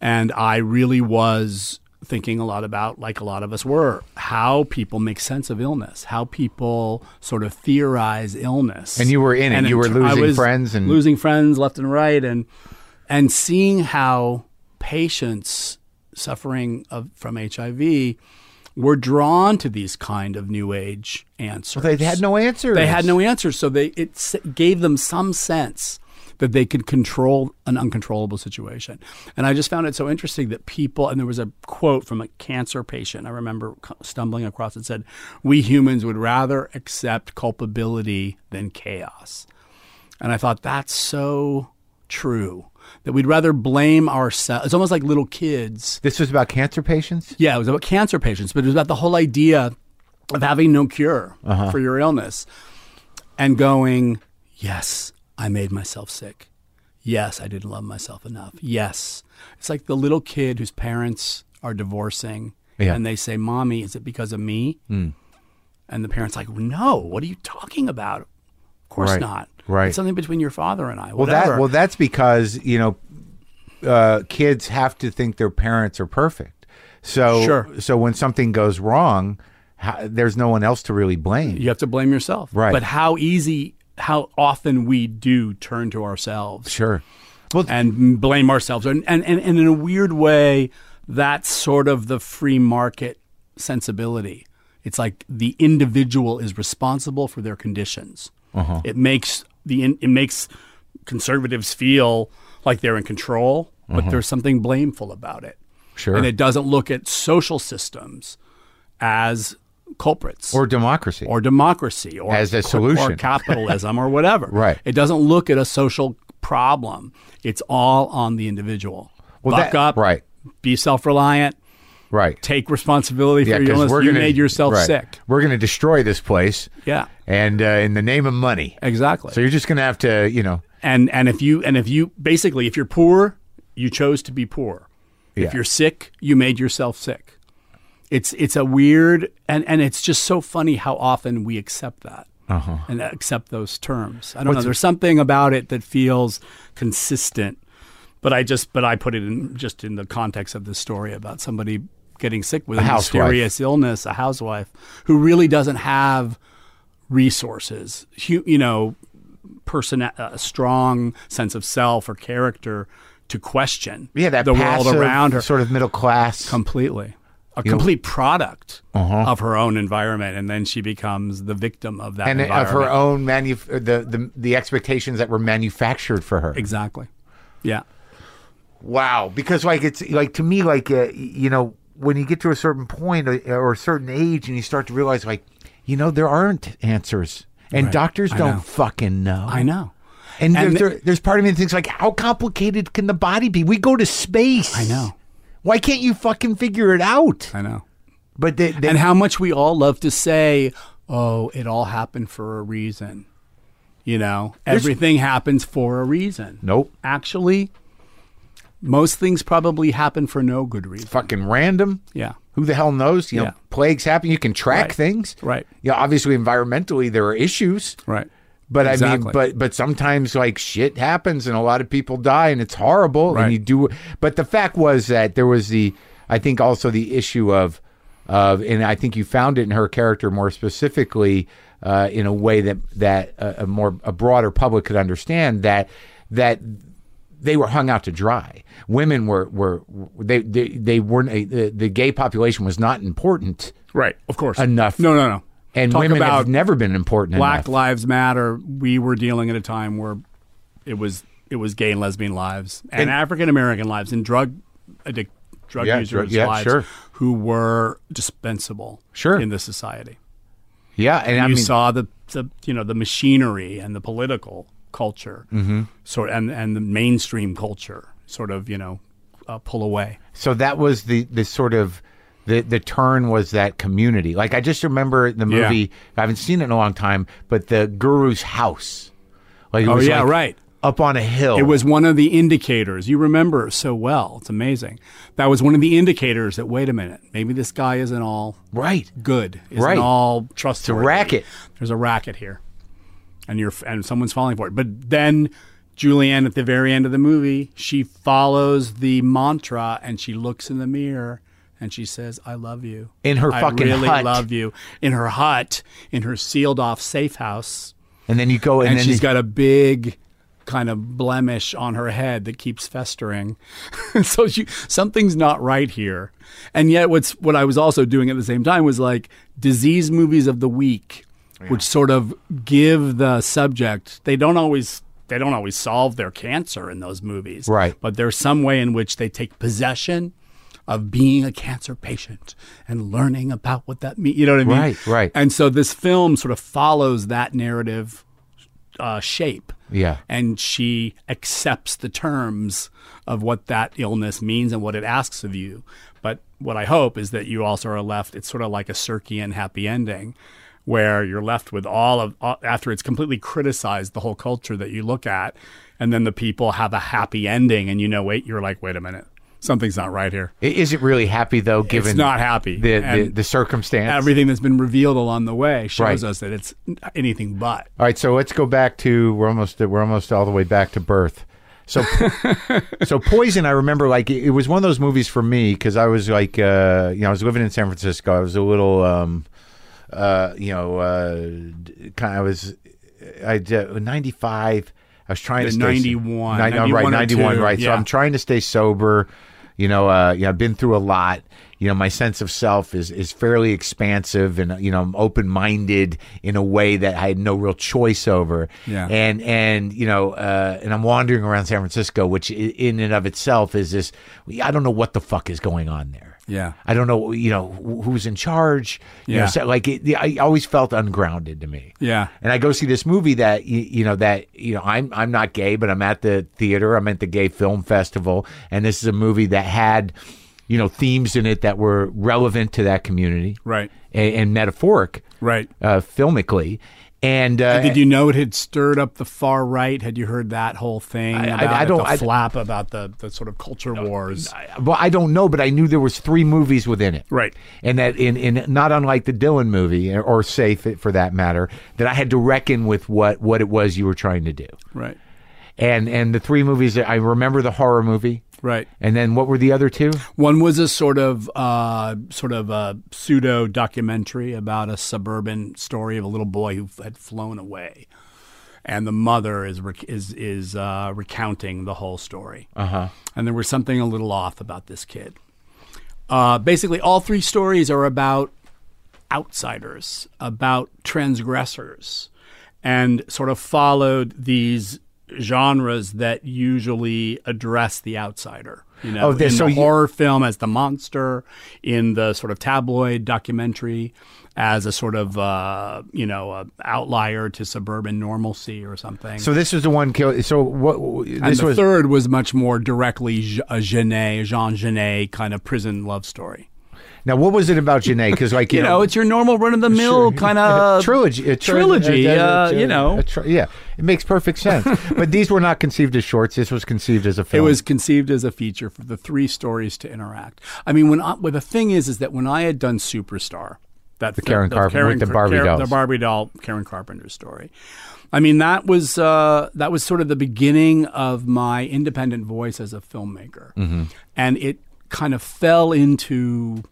and i really was thinking a lot about like a lot of us were how people make sense of illness how people sort of theorize illness And you were in it. You were tr- losing I was friends and- losing friends left and right and and seeing how patients suffering of, from hiv were drawn to these kind of new age answers They had no answers. they had no answers, so they it s- gave them some sense that they could control an uncontrollable situation. And I just found it so interesting that people and there was a quote from a cancer patient. I remember c- stumbling across it said, "We humans would rather accept culpability than chaos." And I thought that's so true that we'd rather blame ourselves. It's almost like little kids This was about cancer patients. yeah, it was about cancer patients, but it was about the whole idea of having no cure Uh-huh. for your illness and going, yes, I made myself sick. Yes, I didn't love myself enough. Yes. It's like the little kid whose parents are divorcing Yeah. Hmm. and they say, Mommy, is it because of me? And the parent's like, No, what are you talking about? Of course Right, not. right. It's something between your father and I. Well, that whatever. well that's because you know uh, kids have to think their parents are perfect. So Sure. so when something goes wrong, how, there's no one else to really blame. You have to blame yourself. Right. But how easy, how often we do turn to ourselves. Sure. Well, and blame ourselves. And, and, and, and in a weird way, that's sort of the free market sensibility. It's like the individual is responsible for their conditions. It makes the in- it makes conservatives feel like they're in control, but there's something blameful about it. Sure. And it doesn't look at social systems as culprits or democracy. or democracy or As a or solution. capitalism or whatever. Right. It doesn't look at a social problem. It's all on the individual. Well, Buck that- up. right. Be self reliant. Right. Take responsibility Yeah, for your because illness. we're you gonna made yourself right. sick. We're gonna destroy this place. Yeah. And uh, in the name of money. Exactly. So you're just gonna have to, you know, and and if you and if you basically if you're poor, you chose to be poor. If you're sick, you made yourself sick. It's it's a weird and and it's just so funny how often we accept that. And accept those terms. I don't know. There's something about it that feels consistent. But I just but I put it in just in the context of the story about somebody getting sick with a, housewife. mysterious illness, a housewife who really doesn't have resources. You, you know, person uh, a strong sense of self or character to question yeah, that the passive, world around her sort of middle class. completely a complete product Uh-huh. of her own environment and then she becomes the victim of that and of environment. her own manu- the, the the expectations that were manufactured for her. exactly yeah Wow, because like it's like to me like uh, y- you know when you get to a certain point or, or a certain age and you start to realize like you know there aren't answers and Right. doctors I don't know. fucking know. i know And, And there, there- there's part of me that thinks like, how complicated can the body be? We go to space. I know. Why can't you fucking figure it out? i know But they, they, and how much we all love to say oh it all happened for a reason you know everything happens for a reason nope, actually most things probably happen for no good reason fucking random. yeah Who the hell knows? You know, Yeah. plagues happen. You can track Right. things. Right. Yeah. Obviously, environmentally there are issues. right But I mean, Exactly. but but sometimes like shit happens and a lot of people die and it's horrible and Right. you do. But the fact was that there was the I think also the issue of of and I think you found it in her character more specifically uh, in a way that that uh, a, a more a broader public could understand that that they were hung out to dry. Women were were they they, they weren't uh, the, the gay population was not important Right, of course. Enough. No, no, no. and Talk women about have never been important. Black enough. Lives Matter. We were dealing at a time where it was it was gay and lesbian lives and, And- African American lives and drug addic- drug Yeah, users' dr- yeah, lives sure. who were dispensable Sure. in the society. yeah, and I you mean, saw the, the you know the machinery and the political culture Mm-hmm. sort and and the mainstream culture sort of you know uh, pull away. so that was the the sort of the the turn was that community. Like I just remember the Yeah. movie. I haven't seen it in a long time, but the Guru's house. Like it Oh was yeah, like right. up on a hill. It was one of the indicators. You remember so well. It's amazing. That was one of the indicators that wait a minute, maybe this guy isn't all right. good. Isn't Right. all trustworthy. racket. There's a racket here, and you're and someone's falling for it. But then Julianne at the very end of the movie, she follows the mantra and she looks in the mirror and she says, "I love you." In her I fucking really hut." love you. In her hut, in her sealed off safe house And then you go and, and, then she's you- got a big kind of blemish on her head that keeps festering. so she something's not right here. And yet what's what I was also doing at the same time was like disease movies of the week which sort of give the subject they don't always they don't always solve their cancer in those movies. Right. But there's some way in which they take possession of being a cancer patient and learning about what that means. You know what I mean? Right, right. And so this film sort of follows that narrative uh, shape. Yeah. And she accepts the terms of what that illness means and what it asks of you. But what I hope is that you also are left, it's sort of like a Circean happy ending where you're left with all of, all- after it's completely criticized the whole culture that you look at. And then the people have a happy ending and you know, wait, you're like, wait a minute, something's not right here. I- Is it really happy though? Given not happy. The the, And the circumstance. Everything that's been revealed along the way Right. shows us that it's anything but. All right, so let's go back to we're almost we're almost all the way back to birth. So, so Poison, I remember like it, it was one of those movies for me because I was like, uh, you know, I was living in San Francisco. I was a little, um, uh, you know, uh, kind. I was, I ninety five. I was trying to The stay 91, Ni- no, right, 91 or ninety one, 2, right. So yeah. I'm trying to stay sober. You know, uh, you know, I've been through a lot. You know, my sense of self is is fairly expansive, and you know, I'm open minded in a way that I had no real choice over. Yeah. And and you know, uh, and I'm wandering around San Francisco, which i- in and of itself is this. I don't know what the fuck is going on there. Yeah. I don't know. You know, wh- who's in charge? You know, Yeah. so, like it, I always felt ungrounded to me Yeah. and I go see this movie that y- you know that you know I'm I'm not gay, but I'm at the theater. I'm at the gay film festival, and this is a movie that had you know themes in it that were relevant to that community, Right. And, and metaphoric, Right. uh, filmically. And uh, Did you know it had stirred up the far right? Had you heard that whole thing? I- about I it, don't- the I- flap about the, the sort of culture wars. well, I don't know, but I knew there was three movies within it, Right. And that in in not unlike the Dylan movie eh, or, or Safe for that matter, that I had to reckon with what what it was you were trying to do. right. And and the three movies that I remember the horror movie, Right. and then what were the other two? One was a sort of uh, sort of a pseudo documentary about a suburban story of a little boy who had flown away, and the mother is rec- is is uh, recounting the whole story. Uh-huh. And there was something a little off about this kid. Uh, basically, all three stories are about outsiders, about transgressors, and sort of followed these genres that usually address the outsider. You know, Oh, there- in so the you- horror film as the monster, in the sort of tabloid documentary as a sort of uh, you know a outlier to suburban normalcy or something. So this is the one kill. So what this and the was third was much more directly Je- a Genet, Jean Genet kind of prison love story. now. What was it about Janae? Because like you, You know, it's your normal run of the mill kind of trilogy, a tri- trilogy. a- a- uh, a- you know, a tri- yeah, it makes perfect sense. but these were not conceived as shorts. This was conceived as a It film. was conceived as a feature for the three stories to interact. I mean, when I, well, the thing is, is that when I had done Superstar, that the Karen Carpenter- with the Barbie dolls. the Barbie doll, Karen Carpenter story. I mean, that was uh, that was sort of the beginning of my independent voice as a filmmaker, Mm-hmm. and it kind of fell into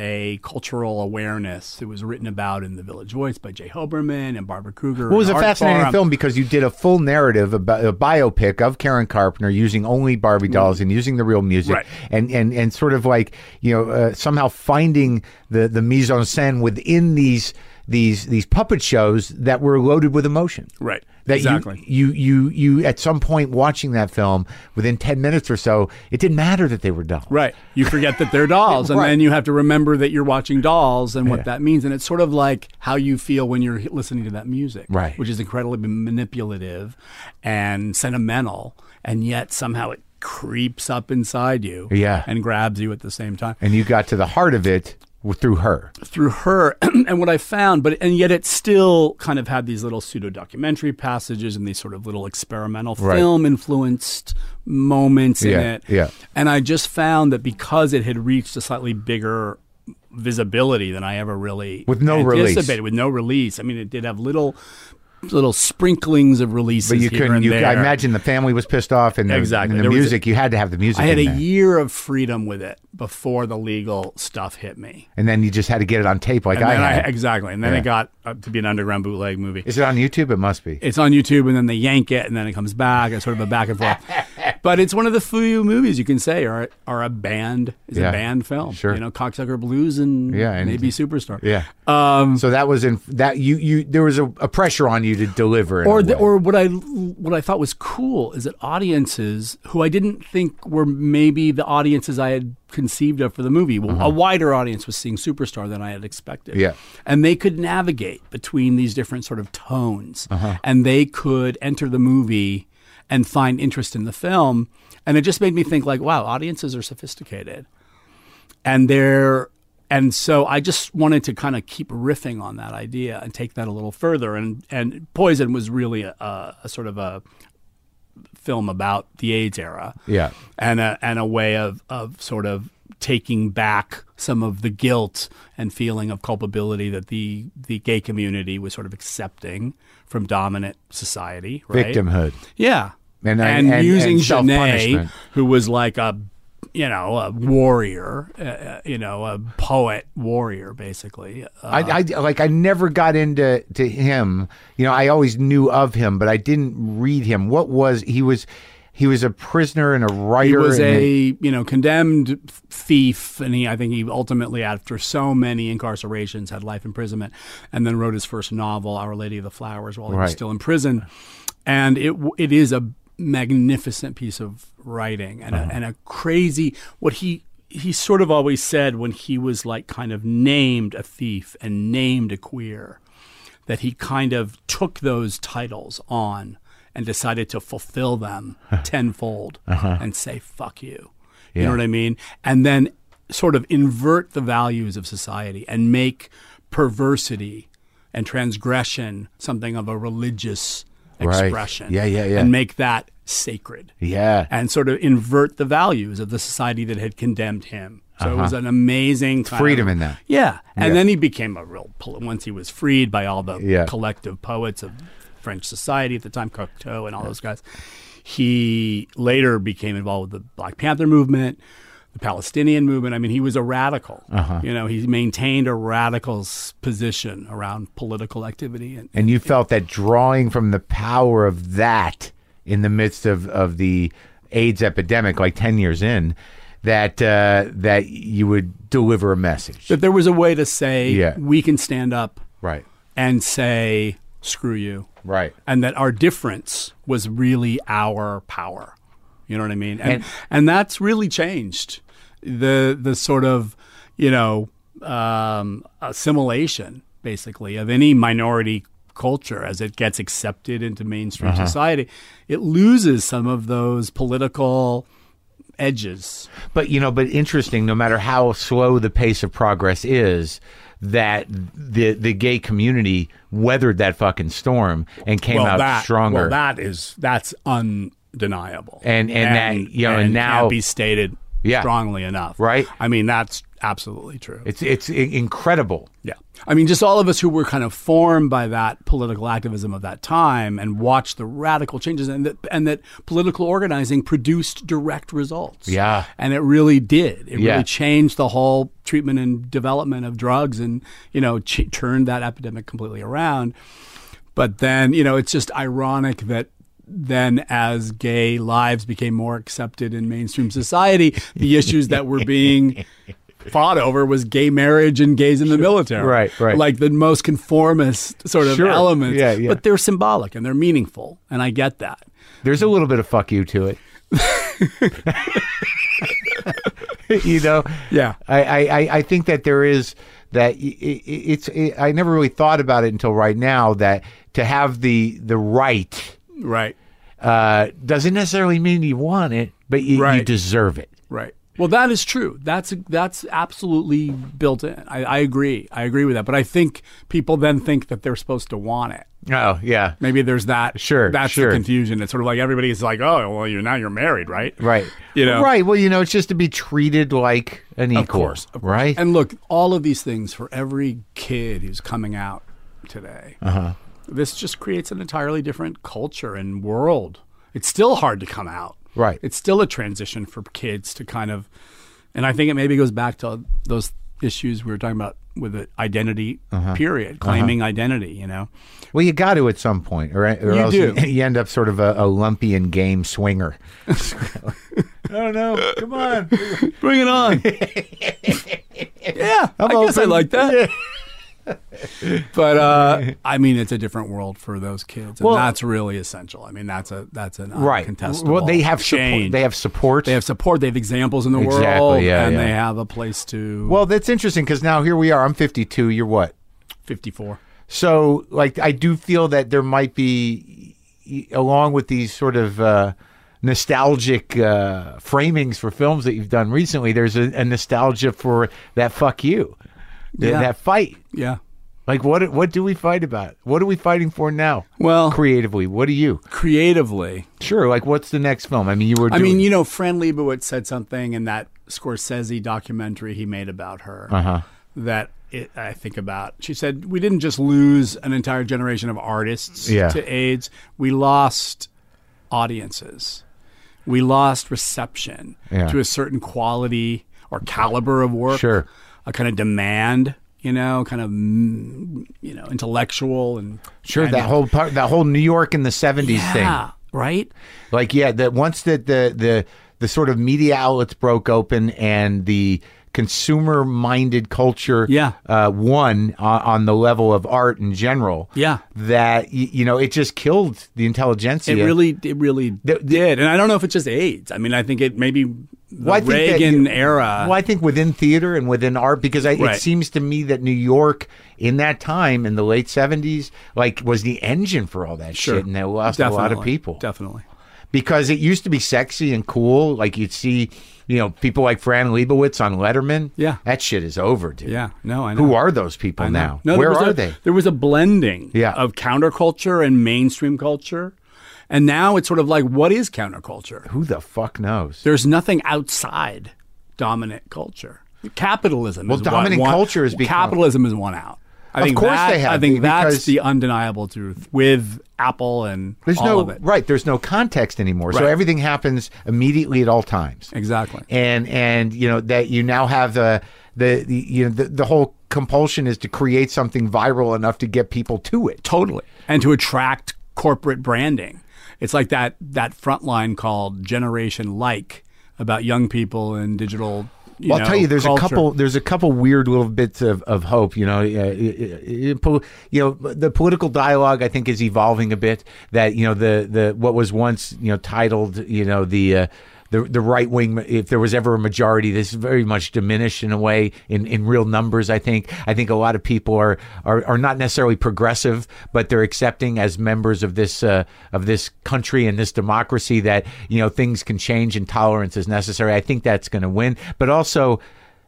a cultural awareness. It was written about in The Village Voice by Jay Hoberman and Barbara Kruger. Well, it was and a Art fascinating Farm. film because you did a full narrative about a biopic of Karen Carpenter using only Barbie dolls and using the real music Mm-hmm. Right. and, and and sort of like you know uh, somehow finding the the mise en scène within these these these puppet shows that were loaded with emotion. Right. That Exactly. You, you you you at some point watching that film within ten minutes or so, it didn't matter that they were dolls. Right. You forget that they're dolls, and Right. then you have to remember that you're watching dolls and what that means. And it's sort of like how you feel when you're listening to that music, Right. Which is incredibly manipulative and sentimental, and yet somehow it creeps up inside you, Yeah. and grabs you at the same time And you got to the heart of it w- through her. through her and what I found, but and yet it still kind of had these little pseudo documentary passages and these sort of little experimental Right. film influenced moments in Yeah, it. yeah. And I just found that because it had reached a slightly bigger visibility than I ever really With no release. anticipated, with no release. I mean, it did have little little sprinklings of releases. But you here couldn't. and You, there. I imagine the family was pissed off, and the, Exactly. and the There was a- music. you had to have the music. I had in a there. year of freedom with it before the legal stuff hit me. and then you just had to get it on tape like And I then had. exactly, and then Yeah. it got uh, to be an underground bootleg movie. Is it on YouTube? It must be. it's on YouTube and then they yank it and then it comes back. It's sort of a back and forth. but it's one of the few movies you can say are are a band is Yeah, a band film. sure. You know, Cocksucker Blues and Yeah, and- maybe Superstar. Yeah. Um, so that was in that you you there was a, a pressure on you to deliver. in a Or, the, way. or what I what I thought was cool is that audiences who I didn't think were maybe the audiences I had conceived of for the movie, well, a wider audience was seeing Superstar than I had expected. Mm-hmm. Yeah. and they could navigate between these different sort of tones, Uh-huh. and they could enter the movie and find interest in the film, and it just made me think like, wow, audiences are sophisticated and there and so I just wanted to kind of keep riffing on that idea and take that a little further and and Poison was really a, a, a sort of a film about the AIDS era Yeah. and a and a way of of sort of taking back some of the guilt and feeling of culpability that the the gay community was sort of accepting from dominant society right? victimhood. Yeah. And- and- and- using and Genet, self-punishment. who was like a, you know, a warrior, uh, uh, you know, a poet warrior, basically. Uh, I, I like I never got into to him. You know, I always knew of him, but I didn't read him. What was he was he was a prisoner and a he writer. was and a, you know, condemned thief. And he, I think he ultimately, after so many incarcerations, had life imprisonment and then wrote his first novel, Our Lady of the Flowers, while he Right. was still in prison. And it w- it is a magnificent piece of writing and, a, and a crazy, what he, he sort of always said when he was like kind of named a thief and named a queer that he kind of took those titles on and decided to fulfill them tenfold and say fuck you you know what i mean and then sort of invert the values of society and make perversity and transgression something of a religious Right. expression. Yeah, yeah, yeah. And make that sacred Yeah. and sort of invert the values of the society that had condemned him. So it was an amazing kind Uh-huh. freedom of, in that. Yeah, and then he became a real pol- once he was freed by all the Yeah. collective poets of French society at the time, Cocteau and all those guys. He later became involved with the Black Panther movement, the Palestinian movement. I mean, he was a radical. Uh-huh. You know, he maintained a radical s- position around political activity and And you felt that drawing from the power of that in the midst of, of the AIDS epidemic, like 10 years in, that, uh, that you would deliver a message. that there was a way to say Yeah. we can stand up Right. and say screw you Right. and that our difference was really our power you know what i mean and and, And- that's really changed the the sort of you know um, assimilation basically of any minority culture as it gets accepted into mainstream society it loses some of those political edges But you know, but interesting. No matter how slow the pace of progress is, that the the gay community weathered that fucking storm and came out that, stronger. Well, that is that's undeniable, And- and that, you know, and now- can't be stated Yeah. strongly enough, Right. I mean, that's absolutely true. it's it's i- incredible. yeah, I mean, just all of us who were kind of formed by that political activism of that time and watched the radical changes, and that and that political organizing produced direct results. Yeah. and it really did. It Yeah. really changed the whole treatment and development of drugs, and you know, ch- turned that epidemic completely around. But then, you know, it's just ironic that then as gay lives became more accepted in mainstream society, the issues that were being fought over was gay marriage and gays in the military. Right, right. Like the most conformist sort of Sure. elements. Yeah, yeah. But they're symbolic and they're meaningful. And I get that. There's a little bit of fuck you to it. you know. Yeah. I, I, I- I think that there is that i- i- it's i I never really thought about it until right now that to have the the right Right. uh, doesn't necessarily mean you want it, but you, you Right. deserve it. Right. Well, that is true. That's that's absolutely built in. I, I agree. I agree with that. But I think people then think that they're supposed to want it. Oh yeah, Maybe there's that. Sure, that's sure. the confusion. It's sort of like everybody's like, oh, well, you're now you're married, right? right. You know, right. Well, you know, it's just to be treated like an equal, Of course, of course. right? And look, all of these things for every kid who's coming out today. Uh-huh. This just creates an entirely different culture and world. It's still hard to come out. Right. It's still a transition for kids to kind of, and I think it maybe goes back to those issues we were talking about with the identity Uh-huh. period, claiming identity. You know. well, you got to at some point, or, or You else do. You, you end up sort of a, a lumpy and game swinger. oh no! Come on. Bring it on. yeah, i guess I open. like that. but uh, I mean, it's a different world for those kids, and Well- that's really essential. I mean, that's a that's an Right. uncontestable Well, they have support. change. They have support. they have support. They have examples in the Exactly, world, yeah, and yeah. they have a place to. well, that's interesting because now here we are. I'm 52. You're what? fifty-four. So, like, I do feel that there might be, along with these sort of uh, nostalgic uh, framings for films that you've done recently, there's a, a nostalgia for that fuck you, th- Yeah. that fight. Yeah. Like, what what do we fight about? What are we fighting for now? Well, Creatively, what are you? creatively, Sure. Like, what's the next film? I mean, you were. I doing- mean, you know, Fran Lebowitz said something in that Scorsese documentary he made about her Uh-huh. that it, I think about. She said, We didn't just lose an entire generation of artists Yeah. to AIDS, we lost audiences. We lost reception Yeah. to a certain quality or caliber of work, Sure. a kind of demand. You know, kind of, mm, you know, intellectual and sure that whole part, that whole New York in the '70s thing. yeah, right? Like yeah, that once that the the the sort of media outlets broke open and the consumer minded culture Yeah. uh, won on, on the level of art in general. Yeah. that y- you know it just killed the intelligentsia. It really, it really did, and I don't know if it's just AIDS. I mean, I think it maybe the Well, I think that Reagan you- era. Well, I think within theater and within art, because I, it uh, Right. seems to me that New York in that time in the late seventies, like was the engine for all that Sure. shit, and they lost a lot of Definitely. people. Definitely. because it used to be sexy and cool. Like you'd see, you know, people like Fran Lebowitz on Letterman. Yeah. that shit is over, dude. Yeah, no, I know. Who are those people now? No, there Where was are a- they? There was a blending Yeah. of counterculture and mainstream culture. And now it's sort of like, what is counterculture? Who the fuck knows? There's nothing outside dominant culture. Capitalism. Well, is dominant what, one- culture has become- capitalism is one out. I Of think course that- they have, I think because- that's the undeniable truth with Apple and There's all no of it. right. There's no context anymore. So Right. everything happens immediately at all times. Exactly. and and you know that you now have the the, the you know the, the whole compulsion is to create something viral enough to get people to it Totally. And to attract corporate branding. It's like that that front line called Generation Like about young people and digital. You well, know, I'll tell you, there's culture. a couple, there's a couple weird little bits of, of hope. You know, uh, uh, uh, po- you know, the political dialogue I think is evolving a bit. That you know, the the what was once you know titled you know the. Uh, the, the right wing, if there was ever a majority, this is very much diminished in a way in, in real numbers. I think I think a lot of people are are, are not necessarily progressive, but they're accepting as members of this uh, of this country and this democracy that you know things can change and tolerance is necessary. I think that's going to win, but also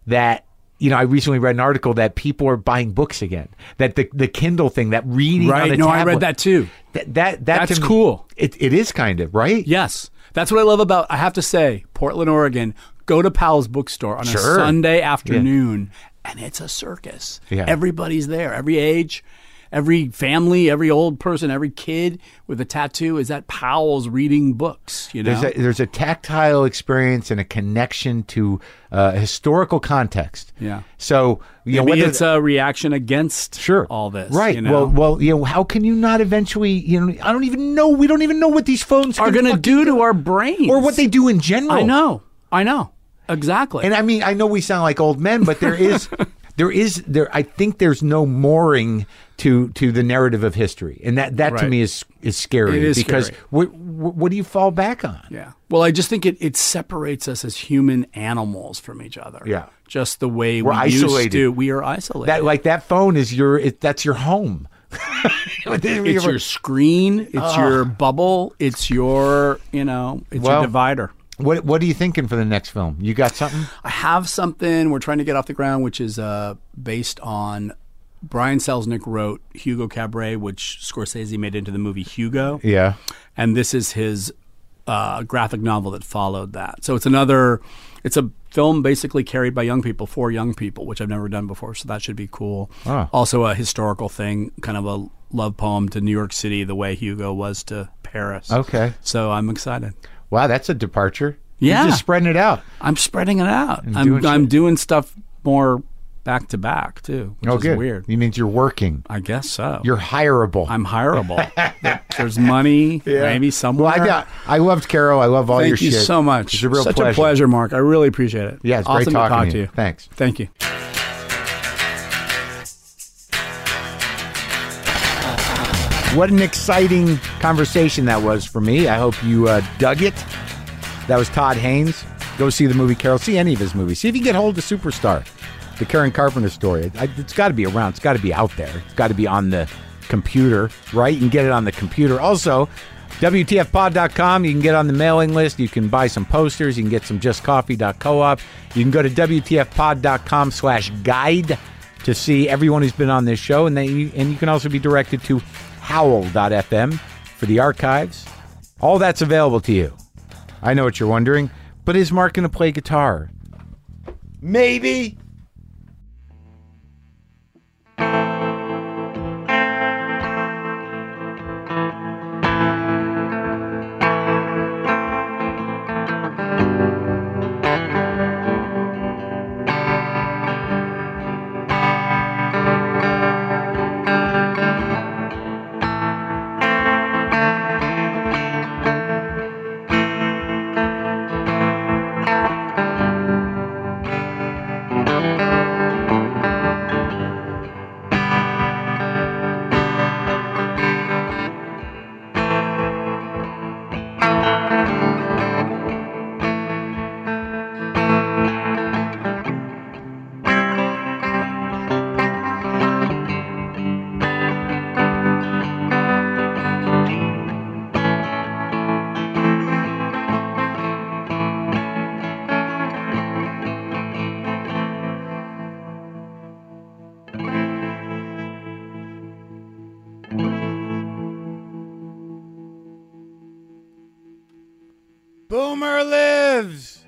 that you know I recently read an article that people are buying books again. That the the Kindle thing, that reading on Right. a No, I tablet, read that too. That that, that That's to me- cool. It it is kind of right. Yes. That's what I love about, I have to say, Portland, Oregon. Go to Powell's bookstore on Sure. a Sunday afternoon, and it's a circus. Yeah. Everybody's there, every age, every family, every old person, every kid with a tattoo is at Powell's reading books, you know? There's a, there's a tactile experience and a connection to uh, historical context. Yeah. So you know Maybe whether it's a reaction against sure all this. right? you know? Well, well, you know how can you not eventually? You know, I don't even know. We don't even know what these phones are can going to fuck- do to our brains. or what they do in general. I know. I know. Exactly. And I mean, I know we sound like old men, but there is, there is, there. I think there's no mooring to to the narrative of history, and that that to Right. me is is scary It is because scary. What, what what do you fall back on? Yeah. Well, I just think it, it separates us as human animals from each other. Yeah. Just the way We're we used isolated. to. We are isolated. That like that phone is your it, that's your home. it's your screen. It's your bubble. It's your, you know, it's Well- your divider. What what are you thinking for the next film? You got something? I have something we're trying to get off the ground, which is uh, based on Brian Selznick wrote Hugo Cabaret, which Scorsese made into the movie Hugo. Yeah. and this is his uh, graphic novel that followed that. So it's another, it's a film basically carried by young people for young people, which I've never done before. So that should be cool. Oh. Also a historical thing, kind of a love poem to New York City, the way Hugo was to Paris. Okay. So I'm excited. Wow, that's a departure. You're Yeah. just spreading it out. I'm spreading it out. I'm doing I'm shit. doing stuff more back to back too, which oh, is good. weird. You means you're working. I guess so. You're hireable. I'm hireable. There- There's money, maybe somewhere. well, I got. I loved Carol. I love all your Thank shit. you so much. It's a real Such a pleasure, Mark. I really appreciate it. Yeah, it's great awesome to talking talk to to you. you. Thanks. Thank you. What an exciting conversation that was for me. I hope you uh, dug it. That was Todd Haynes. Go see the movie Carol. See any of his movies. See if you can get hold of Superstar, the Karen Carpenter story. I, it's got to be around. It's got to be out there. It's got to be on the computer, right? You can get it on the computer. Also, WTFpod.com. You can get on the mailing list. You can buy some posters. You can get some JustCoffee.coop. You can go to WTFpod.com slash guide to see everyone who's been on this show, and then you, and you can also be directed to howl.fm for the archives. All that's available to you. I know what you're wondering, but is Mark going to play guitar? Maybe. Boomer lives.